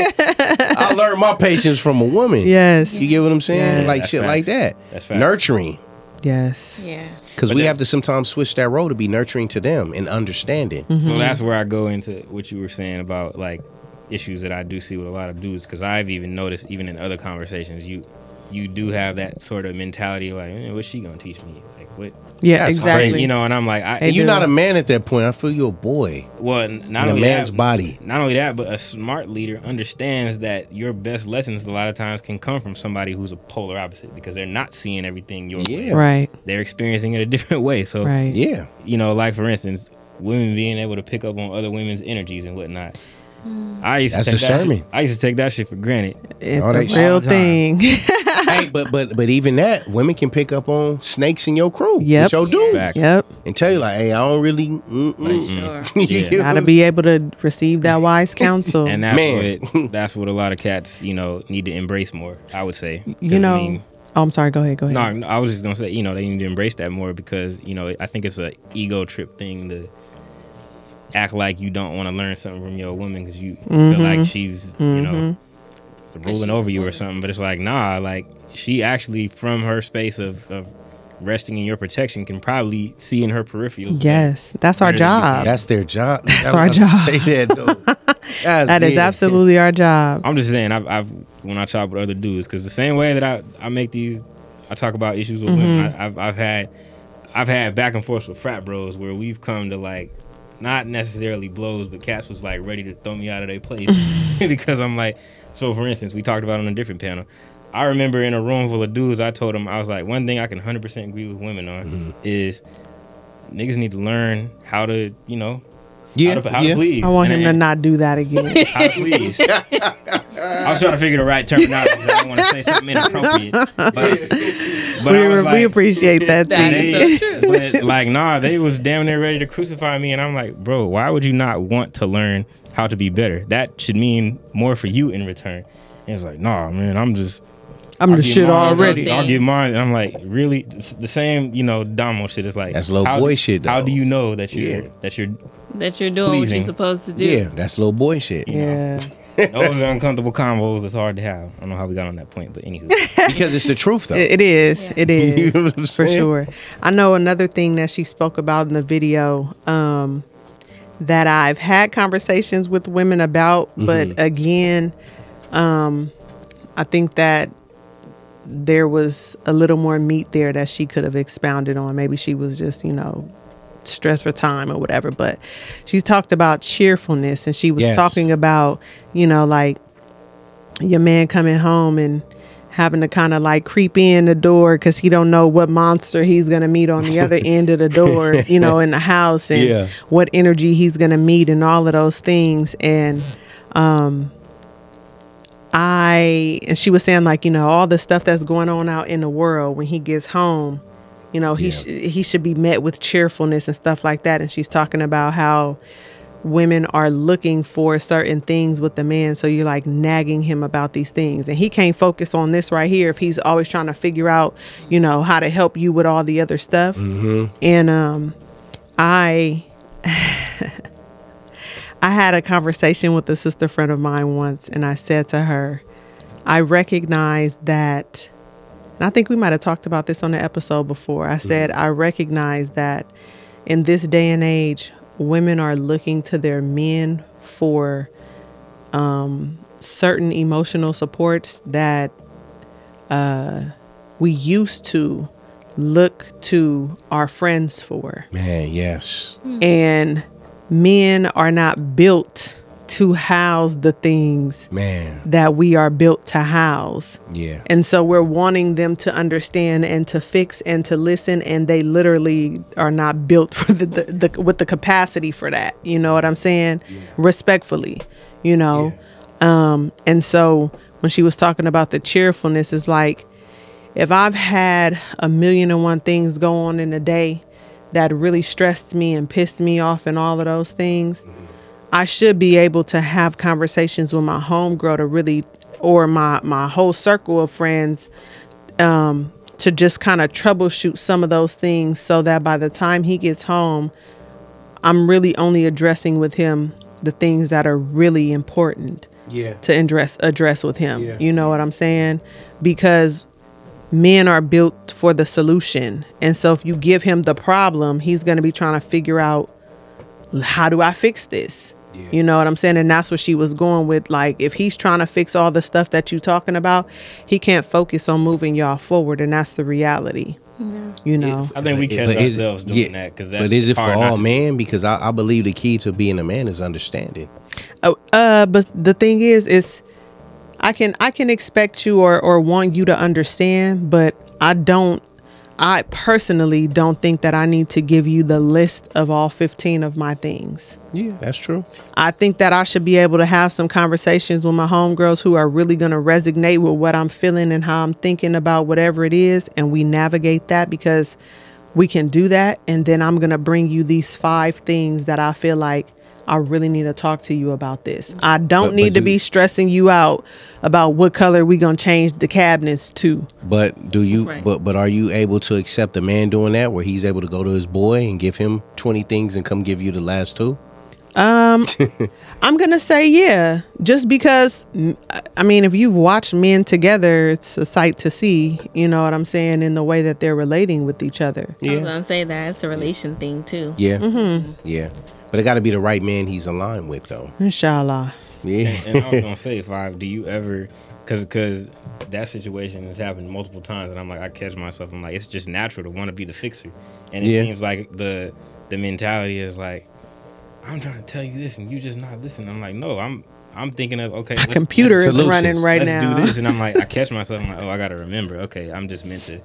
I learned my patience from a woman.
Yes.
You get what I'm saying?
Yeah.
like
That's
shit
facts.
like that.
That's facts.
Nurturing.
Yes.
yeah.
Because we
that-
have to sometimes switch that role to be nurturing to them and understanding.
Mm. Mm-hmm.
So that's where I go into what you were saying about like issues that I do see with a lot of dudes because I've even noticed even in other conversations you you do have that sort of mentality like eh, what's she gonna teach me like what
Yeah,
That's
exactly.
crazy.
you know and I'm like I
They
And you're
do.
not a man at that point. I feel you're a boy.
well n- not
in a
only
man's
that,
body.
not only that but a smart leader understands that your best lessons a lot of times can come from somebody who's a polar opposite because they're not seeing everything your way.
Yeah.
Right.
they're experiencing it a different way so
Right.
Yeah.
you know, like for instance, women being able to pick up on other women's energies and whatnot.
Hmm.
I used
That's
to take that.
discernment.
Shit, I used to take that shit for granted.
It's
All
a
that shit.
All
real
the
thing.
time.
hey, but but but even that, women can pick up on snakes in your crew.
Yep.
With your dude.
Facts.
yep.
And tell you like, hey, I don't really mm-mm.
Sure.
You
Yeah.
get
Gotta
what-
be able to receive that wise counsel.
And that's
Man.
what that's what a lot of cats, you know, need to embrace more. I would say, 'Cause,
you know.
I mean,
oh, I'm sorry. Go ahead. Go ahead.
no, no, I was just gonna say, you know, they need to embrace that more because you know, I think it's a ego trip thing to act like you don't want to learn something from your woman because you feel
Mm-hmm.
like she's, you know, ruling over you or something. But it's like, nah, like she actually from her space of, of resting in your protection can probably see in her peripheral.
yes, that's our
Better than you
job.
That's their job. That's
our job.
Say that, though. That's
That is
it.
absolutely our job.
I'm just saying, I've, I've when I talk with other dudes, because the same way that I, I make these, I talk about issues with women.
Mm-hmm.
I, I've, I've had, I've had back and forth with frat bros where we've come to like, not necessarily blows, but cats was like ready to throw me out of their place because I'm like, so for instance, we talked about on a different panel. I remember in a room full of dudes, I told them I was like, one thing I can 100% agree with women on
Mm-hmm.
is niggas need to learn how to, you know,
Yeah,
how to, how
yeah.
to please.
I want
And-
him to
and-
not do that again.
I Ah, please. I was trying to figure the right terminology. 'cause I don't want to say something inappropriate. But, but
we,
I was
re- we
like,
appreciate that.
That
T.
is-
they- but like, nah, they was damn near ready to crucify me, and I'm like, bro, why would you not want to learn how to be better? That should mean more for you in return. And it's like, nah, man, I'm just.
I'm the shit
mine,
already.
I'll get mine. And I'm like, really? It's The same, you know, Domo shit is like
That's little
how-
boy shit,
How
though.
do you know that you're
Yeah.
that you're
that you're doing what
Pleasing.
you're supposed to do.
Yeah, that's little boy shit.
Yeah.
those are uncomfortable combos that's hard to have. I don't know how we got on that point, but anywho.
Because it's the truth, though.
It, it is. It is.
You know what I'm
for
saying?
sure. I know another thing that she spoke about in the video um, that I've had conversations with women about, but again, um, I think that there was a little more meat there that she could have expounded on. Maybe she was just, you know, stressed for time or whatever, but she talked about cheerfulness and she was
Yes.
talking about, you know, like your man coming home and having to kind of like creep in the door because he don't know what monster he's gonna meet on the other end of the door, you know, in the house and
Yeah.
what energy he's gonna meet and all of those things. And um I and she was saying like, you know, all the stuff that's going on out in the world when he gets home, you know, he sh- he should be met with cheerfulness and stuff like that. And she's talking about how women are looking for certain things with the man so you're like nagging him about these things and he can't focus on this right here if he's always trying to figure out you know how to help you with all the other stuff and um i i had a conversation with a sister friend of mine once and i said to her i recognize that and I think we might have talked about this on the episode before. I said, I recognize that in this day and age, women are looking to their men for um, certain emotional supports that uh, we used to look to our friends for.
Man, yes.
And men are not built to house the things
Man,
that we are built to house.
yeah.
And so we're wanting them to understand and to fix and to listen, and they literally are not built for the, the, the with the capacity for that. You know what I'm saying? Respectfully, you know. Um, and so when she was talking about the cheerfulness, is like if I've had a million and one things go on in a day that really stressed me and pissed me off and all of those things, I should be able to have conversations with my homegirl to really, or my my whole circle of friends, um, to just kind of troubleshoot some of those things so that by the time he gets home, I'm really only addressing with him the things that are really important
Yeah.
to address address with him.
Yeah.
You know what I'm saying? Because men are built for the solution. And so if you give him the problem, he's going to be trying to figure out how do I fix this? You know what I'm saying? And that's what she was going with. Like, if he's trying to fix all the stuff that you're talking about, he can't focus on moving y'all forward. And that's the reality. You know?
I think we catch
But is it-
ourselves doing
yeah,
that because that's
But is it for
hard not
all
to-
men? Because I, I believe the key to being a man is understanding.
Oh, uh, but the thing is, is I can I can expect you or or want you to understand, but I don't. I personally don't think that I need to give you the list of all fifteen of my things.
Yeah, that's true.
I think that I should be able to have some conversations with my homegirls who are really going to resonate with what I'm feeling and how I'm thinking about whatever it is. And we navigate that because we can do that. And then I'm going to bring you these five things that I feel like I really need to talk to you about this. I don't
but
need to
do-
be stressing you out about what color we going to change the cabinets to.
But do you?
Right.
But but are you able to accept a man doing that, where he's able to go to his boy and give him twenty things and come give you the last two?
I'm gonna say yeah, just because. mm, I- I mean, if you've watched men together, it's a sight to see. You know what I'm saying in the way that they're relating with each other.
I was gonna say that it's a relation thing too.
Yeah. Yeah. But it got to be the right man he's aligned with, though.
Inshallah.
Yeah.
and I was gonna say, five. Do you ever? Because because that situation has happened multiple times, and I'm like, I catch myself. I'm like, it's just natural to want to be the fixer, and it
Yeah.
seems like the the mentality is like, I'm trying to tell you this, and you just not listening. I'm like, no, I'm I'm thinking of okay, let's-
Computer
let's-
is
solutions.
running right
let's
now.
do this, and I'm like, I catch myself. I'm like, oh, I gotta remember. Okay, I'm just meant to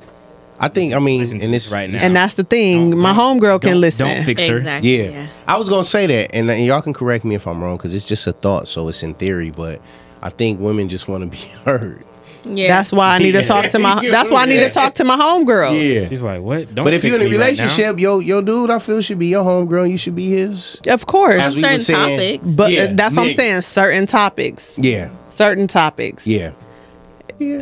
I think. I mean,
listen to
and
this
it's
right now.
And that's the thing.
Don't-
My
don't-
homegirl can
don't-
listen.
Don't fix her.
Exactly.
Yeah. I was gonna say that, and, and y'all can correct me if I'm wrong, because it's just a thought, so it's in theory. But I think women just want to be heard.
Yeah.
That's why I need to talk to my. That's why I need to talk to my homegirl.
She's like, what? Don't
But if
fix
you're in a
me right now.
relationship, yo, your dude, I feel should be your homegirl. You should be his.
Of course.
As we were
certain
saying-
topics.
but
Yeah,
uh, that's what I'm
nigga.
saying. Certain topics.
Yeah.
Certain topics.
Yeah.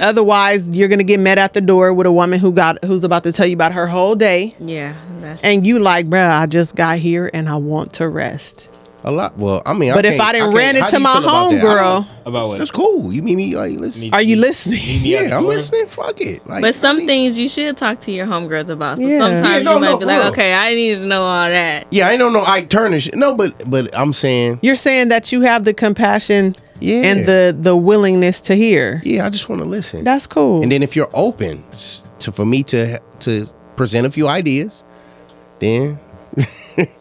Otherwise, you're gonna get met at the door with a woman who got who's about to tell you about her whole day,
Yeah, that's
and you like, bruh, I just got here and I want to rest.
A lot. Well, I mean,
But
I
if
can't-
I didn't
can't-
ran
how do
into
you
my
feel about that? I
homegirl,
About
don't-
what?
that's cool. You mean me? Like, listen.
are you
Me-
listening?
me at the
Yeah, I'm
door?
listening. Fuck it. Like,
But some
I mean-
things you should talk to your homegirls about. So
Yeah.
sometimes
Yeah, no,
you might
no,
be
for
like,
real.
okay, I need to know all that.
Yeah, I ain't don't know Ike Turner shit. No, but but I'm saying,
You're saying that you have the compassion
Yeah.
and the the willingness to hear.
yeah, I just want to listen.
That's cool.
And then if you're open s- to for me to to present a few ideas, then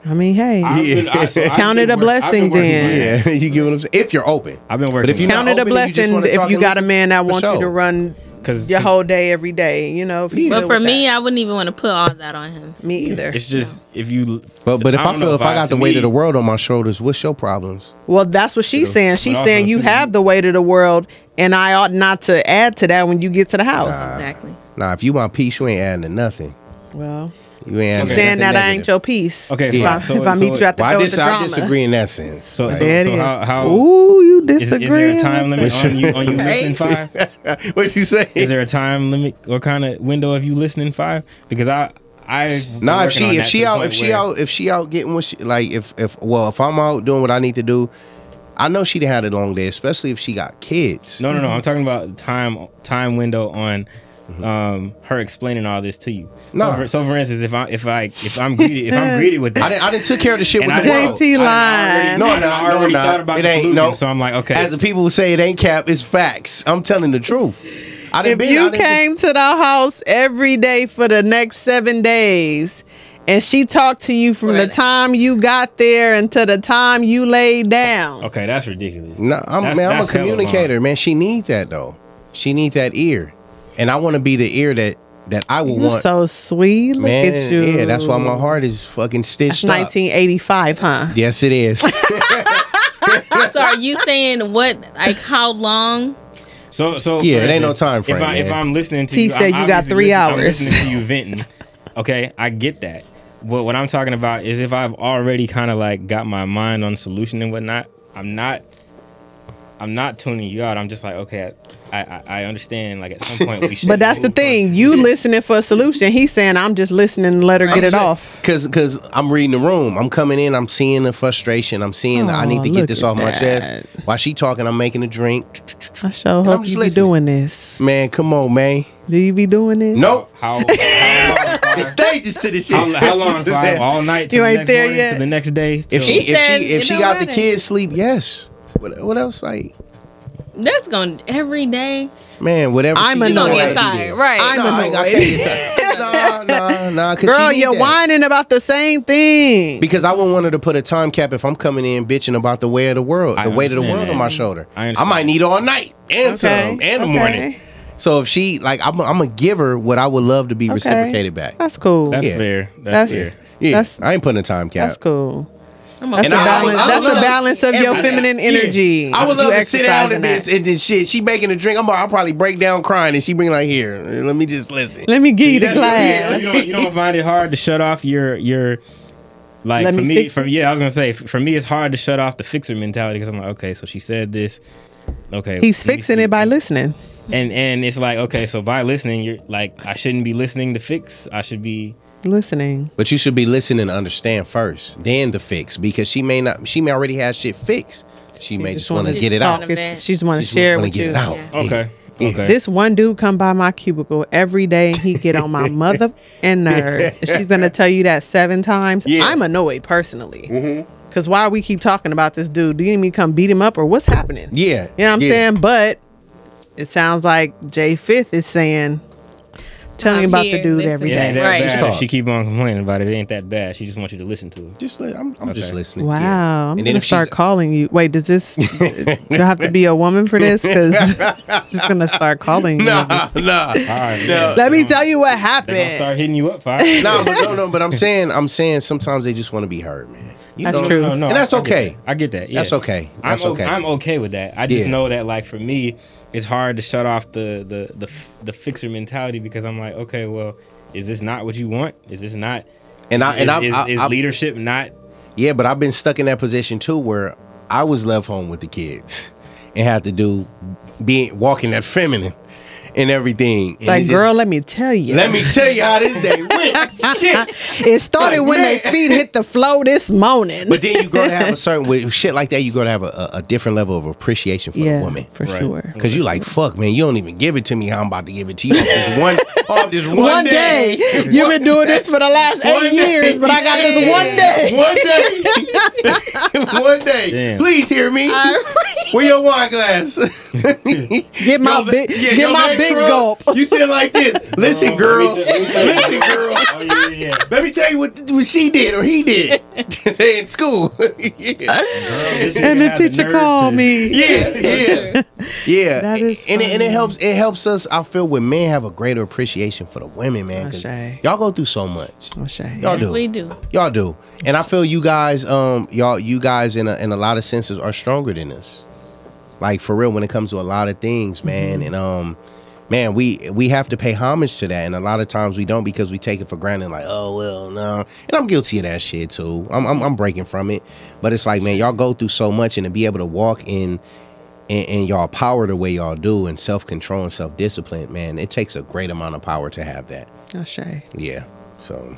I mean, hey,
I've been- I- so I've
Count
been
it a
work- I've been
blessing
working
then.
my-
yeah, you get what I'm saying. If you're open,
I've been
But
working.
if you
my-
count it a
open and you just
blessing
wanna talk
if you
and
got a
listen,
man that
for
wants you to
sure.
run
'Cause-
your
'cause-
whole day every day. You know, if you
Yeah.
But
good
for
with
me,
that.
I wouldn't even want to put all that on him.
me either.
It's just if you.
but but if I,
don't know
feel if I got
to
the weight
me-
of the world on my shoulders, what's your problems?
Well, that's what she's saying. She's
But also,
saying you
too,
have the weight of the world, and I ought not to add to that when you get to the house.
Exactly.
Nah, if you want peace, you ain't adding to nothing.
Well,
You ain't adding
saying
nothing
that I ain't
negative.
your piece.
Okay,
if, I,
fine. So-
if I
so-
meet you at the
Well, I,
door with
dis-
the
I
drama,
disagree in that sense.
So,
Like,
so,
There it
so
is.
how, how
Ooh, you
is,
disagree.
is there a time limit on you on you
Right.
listening five?
what you say?
Is there a time limit or kind of window of you listening five? Because I I
No, if she if she out if she out if she out getting what she like if if well if I'm out doing what I need to do, I know she'd had a long day, especially if she got kids.
No, no, no. I'm talking about time time window on um her explaining all this to you.
Mm-hmm. Nah.
So for, so for instance, if I if I if I'm greeted if I'm greeted with
I
that.
didn't I didn't took care of the shit
and
with
I
the
didn't-
world.
JT
I didn't
line.
already-
No,
I didn't
no, no,
already
no.
thought about
It
the
ain't,
solution,
no.
so I'm like, okay.
As the people who say it ain't cap, it's facts. I'm telling the truth. I didn't been,
If
I
you
done-
came to the house every day for the next seven days, and she talked to you from the
Right.
time you got there until the time you laid down.
okay, that's ridiculous.
No, I'm
That's-
man, I'm a
that's hella long.
communicator, man. She needs that though. She needs that ear, and I want to be the ear that that I would
You're
want.
so sweet. Look
man,
at you.
yeah, that's why my heart is fucking
That's
stitched up.
1985, huh?
Yes, it is.
So are you saying what, like, how long?
So so
Yeah,
for
it ain't no
instance,
time frame,
If, I, if
man.
I'm listening to
T
you,
said
I'm
you got
obviously
three
listen- I'm
hours.
listening to you venting. Okay, I get that. But what I'm talking about is if I've already kind of like got my mind on solution and whatnot, I'm not. I'm not tuning you out. I'm just like, okay, I I, I understand. Like at some point we should.
But that's the
move on.
thing. You listening for a solution. He's saying, I'm just listening to let her get it off.
Cause, cause I'm reading the room. I'm coming in. I'm seeing the frustration. I'm seeing the, I
Aw,
need to
look
get this
at
off my
that.
chest. While she talking, I'm making a drink.
I sure
And I'm
hope
just
you be
listening.
doing this.
Man, come on, man.
Do you be doing this?
Nope.
How how
It's
long?
stages to this shit.
How, how long? Five, all night. till
You
the
ain't
next
there
morning,
yet.
till The next day. till-
if she
He
if
said
she if
it
she
don't
got the
matter.
kids sleep, yes. What, what else? Like,
That's going to every day.
man, whatever.
I'm
she
You're
doing,
going to
I
Annoyed.
get
do that.
tired. Right.
I'm
Nah, I, I can't get tired. Nah, nah, nah. 'cause she
Girl,
need
you're
that.
whining about the same thing.
Because I wouldn't want her to put a time cap if I'm coming in bitching about the way of the world,
I
the weight of the
understand
world
that.
on my shoulder.
I
I,
understand.
might need all night and some and the
okay.
morning. So if she like, I'm, I'm gonna give her what I would love to be
Okay.
reciprocated back.
That's cool.
That's
That's,
Yeah.
fair. That's,
That's-
fair.
Yeah,
That's-
I ain't putting a time cap.
cool.
I'm
That's
And
a
going
I- I
balance.
would- I
that's
would
the
love to
balance of your feminine
Yeah.
energy.
I would
You
love to sit down
exercising
and, this,
that.
and then shit. She making a drink. I'm. I'll probably break down crying, and she bring like here. Let me just listen.
Let me give you the
That's just it.
So
class.
you don't you don't find it hard to shut off your your like
Let
for
me
me
fix
for yeah I was gonna say f- for me it's hard to shut off the fixer mentality because I'm like okay so she said this okay
He's
let me
fixing
see.
it by listening.
and and it's like okay so by listening you're like I shouldn't be listening to fix I should be
Listening.
But you should be listening and understand first, then the fix, because she may not. She may already have shit fixed. She may just want to
wanna
get it
talk.
out.
It's-
It's- She just want to share it
wanna
with
get
you.
it out.
Yeah.
okay okay
This one dude come by my cubicle every day. and He get on my mother and nerves. She's gonna tell you that seven times.
Yeah. Mm-hmm.
I'm annoyed personally. Cause why we keep talking about this dude? Do you need me to come beat him up or what's happening?
Yeah.
You know what I'm
yeah.
saying? But it sounds like Jay Fifth is saying, tell me
I'm
about
here,
the dude
listen.
every
it ain't
day.
that
Right. Just
bad if
talk.
she keep on complaining about it it ain't that bad she just wants you to listen to it
Just li- I'm, I'm just
Okay.
listening.
Wow,
yeah. And
I'm
then
gonna
if she's-
start calling you. Wait, does this do I have to be a woman for this? Because I'm just gonna start calling you.
Nah, nah.
all right
Let me tell you what
they're gonna
happened.
start hitting you up five
no, but no, no. But I'm saying, I'm saying, sometimes they just want to be heard, man. You
That's
know?
true.
No, no,
And that's
I- I get
okay.
that. I get that. yeah.
That's okay. That's
I'm
okay.
I'm okay with that. I just
Yeah.
know that like for me, it's hard to shut off the the the f- the fixer mentality because I'm like, okay, well, is this not what you want? Is this not?
And I
is,
and I,
is,
I,
is
I-
leadership not?
yeah, but I've been stuck in that position too, where I was left home with the kids and had to do being walking that feminine. and everything. And
Like,
it's just-
girl, let me tell you.
let me tell you how this day went. Shit.
It started
Like,
when
man.
their feet hit the floor this morning.
But then you got to have a certain with shit like that. You got to have a, a, a different level of appreciation for
yeah,
the woman.
for
Right.
sure.
Cause you like fuck, man. You don't even give it to me. How I'm about to give it to you off this one, off this one,
One day, you've been doing this for the last
One
eight
day.
years, but I got this one day.
one day, one day.
Damn.
Please hear me. Where your wine glass?
Get my
Yo,
big,
yeah,
get
yo,
my
man,
big
bro,
gulp.
You said like this. Listen, girl. Listen, girl.
Oh yeah, yeah.
Let me tell you what, what she did or he did. They in school. yeah.
And the teacher called me.
Yeah, yeah, yeah.
That is
and, it, and
funny.
it helps. It helps us. I feel with men have a greater appreciation for the women, man. 'cause
Ashay.
y'all go through so much.
Oh, shame.
Y'all do.
We do.
Y'all do. And I feel you guys, um, y'all, you guys in a, in a lot of senses are stronger than us. Like for real, when it comes to a lot of things, man. And um, man, we we have to pay homage to that. And a lot of times we don't because we take it for granted. Like, oh well, no. And I'm guilty of that shit too. I'm I'm, I'm breaking from it. But it's like, man, y'all go through so much, and to be able to walk in. And, and y'all power the way y'all do and self control and self discipline, man, it takes a great amount of power to have that.
Oh, shame.
Yeah. So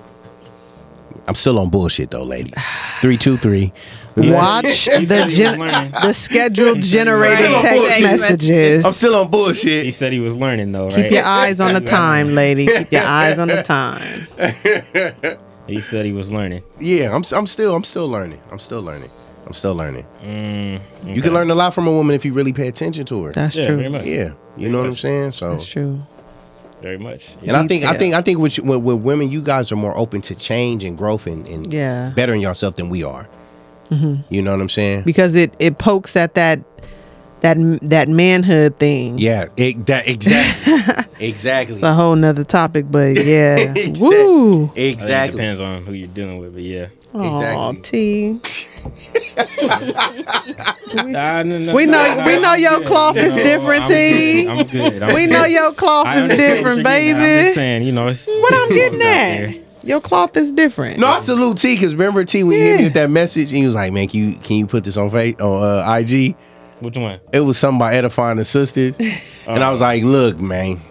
I'm still on bullshit though, ladies. Three two three.
Watch the gen- the scheduled generated
Right.
text
Bullshit.
messages.
I'm still on
He
bullshit.
said he was learning though, right?
Keep your eyes on the time, lady. Keep your eyes on the time.
He said he was learning.
Yeah, I'm I'm still I'm still learning. I'm still learning. I'm still learning.
Mm,
You can learn a lot from a woman if you really pay attention to her.
That's
Yeah, very
true.
much.
yeah. You know what I'm saying? So
That's true.
Very much.
And I think I
Detail.
think I think with, with with women, you guys are more open to change and growth and, and
Yeah.
bettering yourself than we are. You know what I'm saying?
Because it it pokes at that that that manhood thing.
yeah, it, that exactly, exactly.
It's a whole nother topic, but yeah.
Exact-
Woo.
I think It
Exactly.
depends on who you're dealing with, but yeah.
Aw,
Exactly.
T.
Nah, no, no,
We
no,
know-
no,
we
I'm
know your
good.
cloth is
No,
different,
I'm
T.
good. I'm good. I'm
We
good.
know your cloth
I
is
understand what
different,
you're getting at. I'm just
baby.
saying, you know, it's,
What I'm getting at. Your cloth is different.
No, I salute T because remember T when you hit me
Yeah.
with that message and he was like, "Man, can you can you put this on face on uh, IG?"
Which one?
It was something about edifying the sisters, and I was
Uh-huh.
like, "Look, man,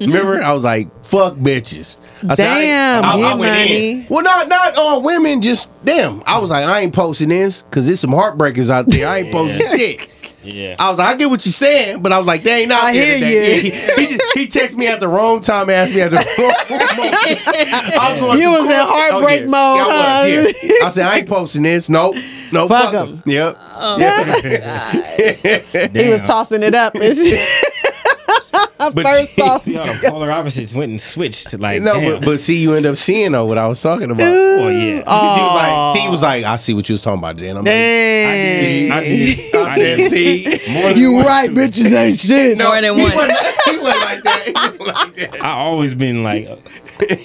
remember?" I was like, "Fuck bitches." I said, I ain't-
Damn,
I- I
yeah,
went in.
money.
Well, not not all women, just damn. I was like, I ain't posting this because there's some heartbreakers out there. I ain't posting shit.
Yeah.
Oh,
I was like, I get what you're saying, but I was like, they ain't out
I
there
hear
today.
you.
Yeah, he, he, just, he texted me at the wrong time, asked me at the wrong moment. I was going
You
through
was in
court-
heartbreak
Oh, yeah.
mode,
Yeah, I, was,
huh?
yeah. I said, I ain't posting this. Nope. No,
Fuck
fuck him.
'em.
Yep.
He was
Damn.
tossing it up. It's- First off,
See how the polar opposites went and switched. Like,
No,
damn.
but, but see, you end up seeing though what I was talking about.
oh yeah.
He was
Aw.
like, T was like, I see what you was talking about, Jen. I'm like,
Dang.
I did. I
I said,
did.
see.
More than
You
once,
right,
too.
bitches ain't shit.
More than
he
one.
Wasn't, he wasn't like that. He wasn't like that.
I always been like, uh,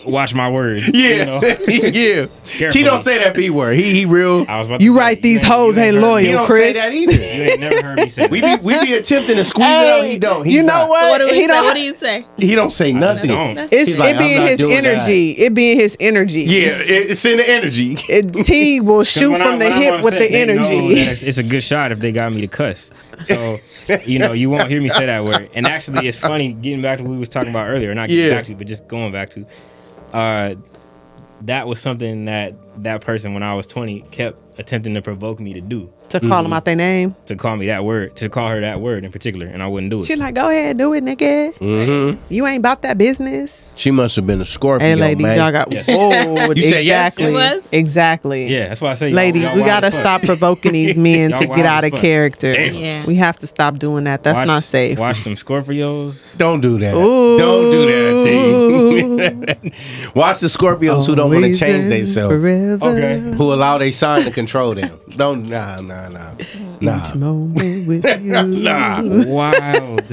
watch my words. you
Yeah,
know?
yeah. T
Carefully.
don't say that p word. He he real.
I was about
You
to say,
right, these
ain't-
hoes
you
ain't
heard me-
He
loyal.
don't
Chris.
say that either.
You ain't never heard me say that.
We be we be attempting to squeeze it out. He don't. He's
you know
not.
what?
What do we
he
say?
don't.
What do you say?
He don't say
That's
nothing.
dumb.
That's
it's
He's like,
it
I'm
being
not
his
doing that.
energy. It being his energy.
Yeah, it, it's in the energy.
It, T will
'Cause
shoot
when I-
from
when
the
I'm
hip
on
with
set,
the
they know that
energy.
It's, it's a good shot if they got me to cuss. So you know you won't hear me say that word. And actually, it's funny getting back to what we was talking about earlier. Not getting
Yeah.
back to, but just going back to. Uh, that was something that that person when I was 20 kept attempting to provoke me to do
To call
Mm-hmm.
him out their name.
to call me that word to call her that word in particular, and I wouldn't do it.
She like, go ahead, do it, nigga.
Mm-hmm.
You ain't about that business.
She must have been a Scorpio,
Hey, lady, y'all got.
Yes.
Oh,
You said yes?
exactly.
It was?
Exactly.
Yeah, that's why I say, y'all-
Ladies,
y'all
we
wild
gotta
as fuck.
stop provoking these men
Y'all
to
wild
get out
as
of
fuck.
character.
Damn.
Yeah.
We have to stop doing that. That's
Watch-
not safe.
Watch them Scorpios.
Don't do that.
Ooh.
Don't do that, T. Watch the Scorpios who don't want to
Always
change
and
themselves.
Forever.
Okay.
Who allow their sign to control them. Don't nah nah nah. Nah.
Moment with you. Oh,
Nah.
Wild,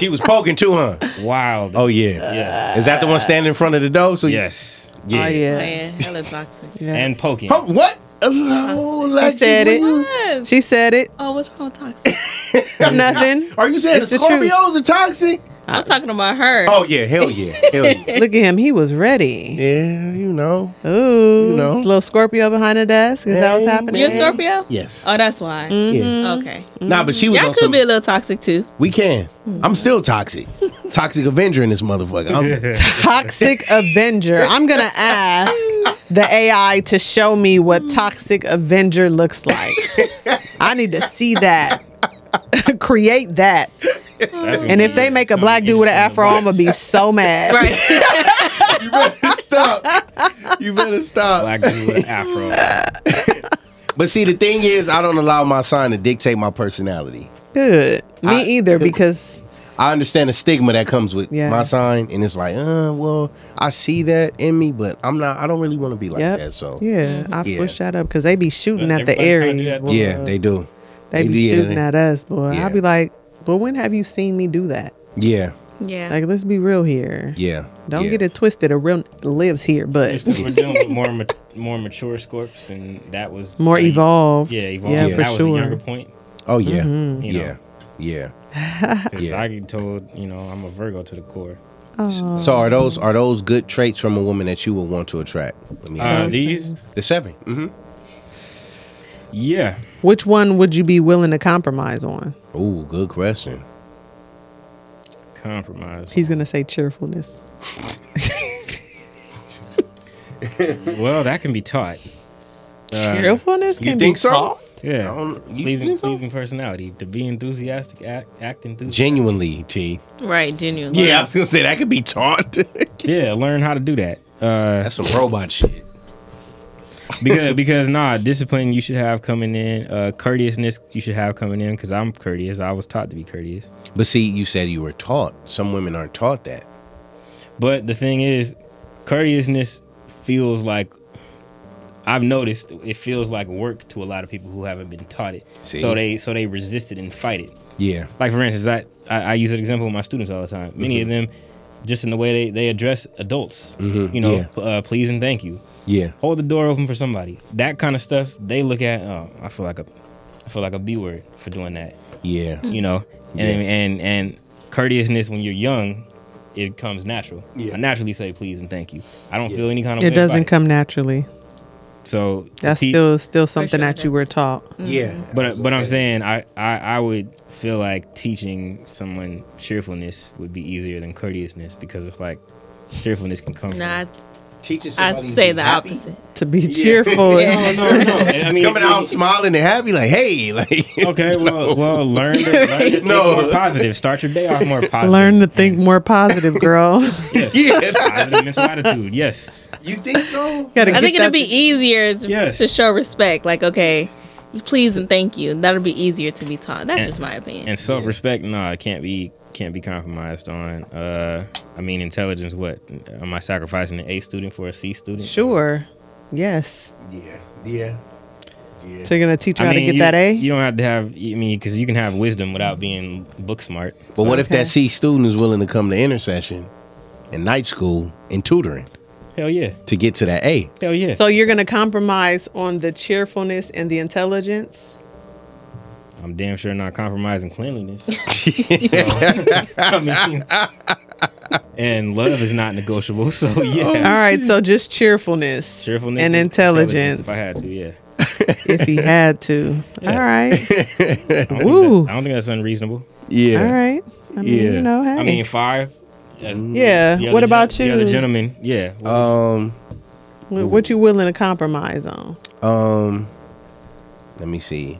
She was poking too, huh?
wild.
Oh yeah.
yeah.
Is that the one standing in front of the door? So you-
Yes.
Yeah.
Oh yeah.
Man, hella toxic.
yeah.
And poking.
Oh, what? Hello,
she said it.
Yes.
She said it.
Oh, what's wrong with toxic?
Nothing.
Are you saying
It's
the
the truth.
Scorpios are toxic?
I'm
Uh,
talking about her.
Oh yeah, hell yeah, hell yeah.
Look at him. He was ready.
Yeah, you know.
Ooh.
You know.
Little Scorpio behind the desk. Is that what's
Hey.
happening?
You're a Scorpio?
Yes.
Oh, that's why.
yeah.
Mm-hmm.
Okay.
Nah, but she was
Y'all
on
could
some.
be a little toxic too.
we can. I'm still toxic. Toxic Avenger in this motherfucker. I'm-
Toxic Avenger. I'm gonna ask the AI to show me what Toxic Avenger looks like. I need to see that. Create that.
That's gonna
And if
be
they make a
something
black dude with an
interesting to
afro, I'm gonna be so mad.
Right.
you better stop. You better stop.
watch. black dude with an afro.
But see, the thing is, I don't allow my sign to dictate my personality.
Good. Me
I-
either because
I understand the stigma that comes with
Yes.
my sign, and it's like, uh, well, I see that in me, but I'm not. I don't really want to be like
Yep.
that. So
yeah, I
Yeah.
push that up because they be shooting
But
at the
everybody kinda do
Aries.
that.
boy.
Yeah, they do.
they be
yeah,
shooting
they-
at us, boy.
Yeah.
i be like, but when have you seen me do that?
Yeah,
Yeah.
Like, let's be real here.
yeah.
Don't
yeah.
get it twisted. A real lives here, but
Just 'cause we're dealing with more mat- more mature Scorps, and that was
more
like,
evolved.
Yeah, evolved.
Yeah,
that
for
was a younger
sure.
point.
Oh yeah,
Mm-hmm.
You know.
yeah, yeah.
'cause
Yeah.
I get told, you know, I'm a Virgo to the core.
Oh,
So are those are those good traits from a woman that you would want to attract? Let me
Uh, these,
the 7 Mm-hmm.
yeah,
which one would you be willing to compromise on?
Ooh, good question.
compromise.
He's gonna say cheerfulness.
Well, that can be taught. Uh,
cheerfulness can
You
be
think so?
taught?
Yeah.
I don't- you
pleasing,
think so?
pleasing personality. To be enthusiastic, act, act enthusiastic.
Genuinely, T.
Right. Genuinely.
Yeah, I was gonna say that could be taught.
Yeah, learn how to do that. Uh,
That's some robot shit.
because because nah, discipline you should have coming in. Uh, courteousness you should have coming in because I'm courteous. I was taught to be courteous.
But see, you said you were taught. Some women aren't taught that.
But the thing is, courteousness feels like I've noticed it feels like work to a lot of people who haven't been taught it.
See?
So they so they resist it and fight it.
Yeah.
like for instance, I, I, I use an example with my students all the time.
Mm-hmm.
Many of them, just in the way they, they address adults, you know,
Mm-hmm. Yeah.
p- uh, please and thank you,
Yeah.
hold the door open for somebody, that kind of stuff. They look at, oh, I feel like a, I feel like a b word for doing that,
Yeah.
you know, and
Mm-hmm. Yeah.
and and courteousness when you're young, it comes natural.
Yeah.
I naturally say please and thank you. I don't feel any kind of.
It
way about
doesn't come naturally.
So to
That's
teach-
still still something
sure,
that you were taught.
Yeah.
But but I'm saying I, I I would feel like teaching someone cheerfulness would be easier than courteousness because it's like cheerfulness can come.
Nah,
teaching
I,
somebody
I
to
say
be
the
happy,
opposite.
To be cheerful.
from- No, no, no. I mean,
Coming out smiling and happy, like, hey, like,
Okay, well, well, learn to, learn to
No.
no. more positive. Start your day off more positive.
Learn to think more positive, girl. You
yeah.
positive mental attitude. Yes,
You think so?
gotta
I
get
think it'd
that-
be easier to,
Yes.
to show respect. Like, okay, you please and thank you. That'll be easier to be taught. That's
And-
just my opinion.
and self respect. No, it can't be can't be compromised on. Uh, I mean, intelligence. What am I sacrificing an A student for a C student?
sure. Yes.
Yeah. Yeah.
So you're gonna teach her
I
how
mean,
to get
you,
that A?
You don't have to have. I mean, because you can have wisdom without being book smart.
But what if
Okay.
that C student is willing to come to intercession and night school and tutoring
Hell yeah.
to get to that A?
Hell yeah.
So you're gonna compromise on the cheerfulness and the intelligence.
I'm damn sure not compromising cleanliness. So, I mean, and love is not negotiable. So
All
yeah,
right, so just cheerfulness,
cheerfulness
and intelligence,
If I had to, yeah.
if, he had to. All right,
I don't,
Woo.
Think that, I don't think that's unreasonable.
Yeah.
all right. I mean,
Yeah.
you know, hey,
I mean, five. as the
yeah.
other
What
gen-
about
The other
you? Uh,
gentleman, yeah.
Um,
Wh- What you willing to compromise on?
um, let me see.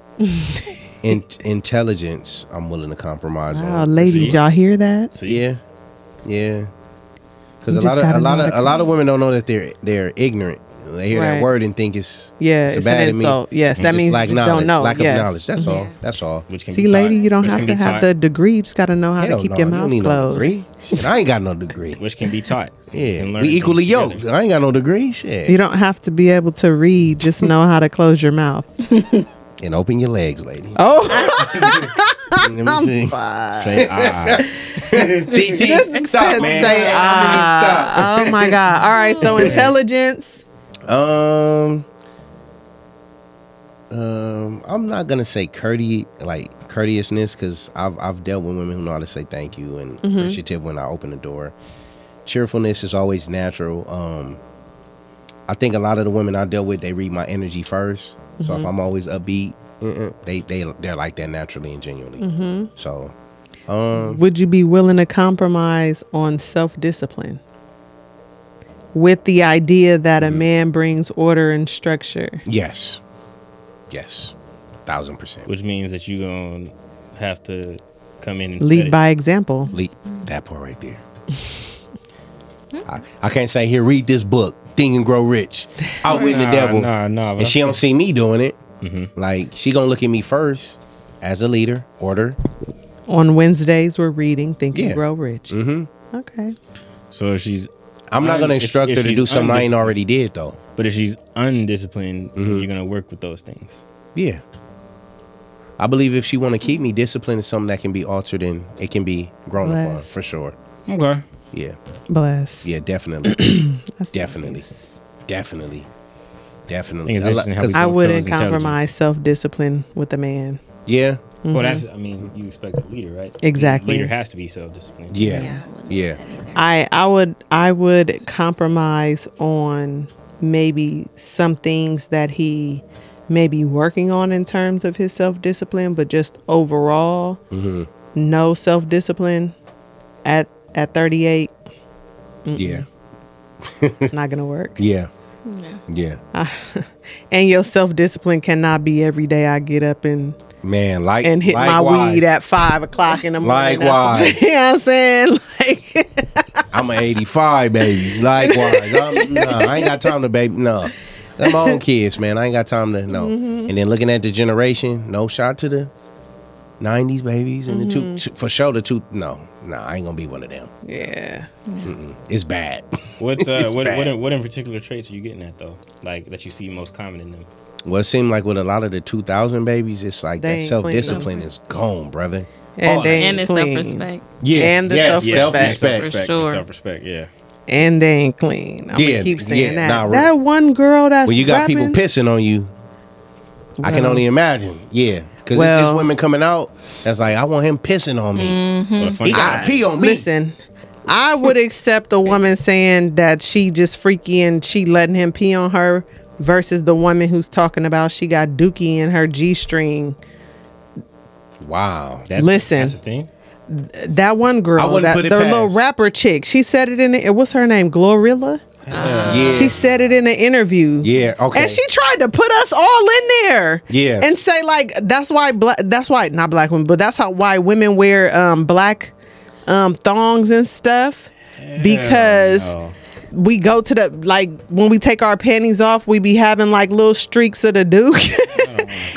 In- intelligence, I'm willing to compromise
Wow,
Oh,
on.
Oh, ladies, y'all hear that?
See?
Yeah, yeah. Because
You
a lot
just
of a
gotta
lot
know
of
how to
a lot of women don't know that they're they're ignorant. They hear that
Right.
word and think it's
Yeah,
it's, a
it's
bad
an
to me.
insult. Yes, that
Just
means
lack
you just
knowledge,
don't know.
lack
yes.
of knowledge. That's all.
Yeah.
That's all.
Which can
See,
be
lady,
taught-
you don't
which
have
can
to
be
have
taught-
the degree. You just got to know how
Hell
to keep
no,
your
you don't
mouth
need no
closed.
degree. Shit, I ain't got no degree.
Which can be taught.
Yeah,
And learn
we
things
equally
together.
yoked. I ain't got no degree. Shit.
You don't have to be able to read. Just know how to close your mouth.
and open your legs, lady.
Oh,
Let me see.
Say ah.
TT, stop, man.
say, ah. oh my God. All right, so intelligence.
Um, um, I'm not gonna say courteous, like courteousness, because I've I've dealt with women who know how to say thank you and appreciative when I open the door. Cheerfulness is always natural. Um, I think a lot of the women I deal with, they read my energy 1st So if I'm always upbeat, uh-uh, they they they're like that naturally and genuinely. So Um,
Would you be willing to compromise on self discipline with the idea that a man brings order and structure?
yes, yes, thousand percent.
which means that you gonna have to come in and set
Lead
it.
by example.
Leak that part right there. I, I can't say here read this book, think and grow rich, out with the
Nah,
devil,
Nah, Mm-hmm. nah. but
and she don't see me doing it. Like she gonna look at me first as a leader, order.
On Wednesdays, we're reading Think
Yeah. Mm-hmm.
and Grow Rich. Okay.
So if she's,
I'm not
Un-
gonna
if-
instruct
if
her to
she's
do something I ain't
undis-
already did though.
but if she's undisciplined,
Mm-hmm.
you're gonna work with those things.
Yeah. I believe if she want to keep me, discipline is something that can be altered and it can be grown upon
Bless.
for sure.
Okay.
Yeah,
Bless.
yeah, definitely,
That's
definitely,
nice.
definitely,
I think
definitely.
it's
I li-
interesting how we
'cause-
I
Both
wouldn't
chose intelligence.
compromise self discipline with a man.
yeah,
Well, that's. I mean, you expect a leader, right?
Mm-hmm. Exactly.
leader has to be self-disciplined.
yeah,
I
yeah,
I I would I would compromise on maybe some things that he may be working on in terms of his self discipline, but just overall,
Mm-hmm.
no self discipline at at 38
yeah,
not gonna work.
yeah, yeah.
And your self discipline cannot be every day I get up and
Man, like
and hit my
likewise,
weed at five o'clock in the morning.
Likewise.
you know what I'm saying? Like
I'm an 85 baby. Likewise, I'm, nah, I ain't got time to baby. No, I'm my own kids, man. I ain't got time to no.
Mm-hmm.
And then looking at the generation, no shot to the 90s babies and the
Mm-hmm.
two, two for sure the two. No, no, I ain't gonna be one of them.
yeah.
It's bad.
What's uh,
It's
what,
bad.
what, in, what in particular traits are you getting at though? Like that you see most common in them.
Well, it seemed like with a lot of the 2000 babies, it's like
They
that
ain't
self
clean up.
discipline is gone, brother.
And, they ain't
And it's
clean.
self respect.
Yeah,
And the self-respect.
self-respect.
For sure.
Self-respect. Yeah.
and they ain't clean. I'm
Yeah,
gonna keep saying
yeah,
that.
nah,
that one girl that's
When you got people
rapping-
pissing on you, I can
Well.
only imagine. Yeah, because it's,
Well. Mm.
it's women coming out that's like, I want him pissing on me.
Well, funny-
He got to pee on me.
Listen, I would accept a woman saying that she just freaky and she letting him pee on her versus the woman who's talking about she got dookie in her G string.
Wow.
that's,
listen.
That's the thing.
That one girl,
I wouldn't
that
put it
the little
past.
rapper chick, she said it in it. What's her name? Glorilla.
uh, yeah.
She said it in an interview.
yeah. Okay.
And she tried to put us all in there.
Yeah.
And say like that's why black that's why not black women, but that's how why women wear um black um thongs and stuff. Because
No.
we go to the like when we take our panties off, we be having like little streaks of the Duke.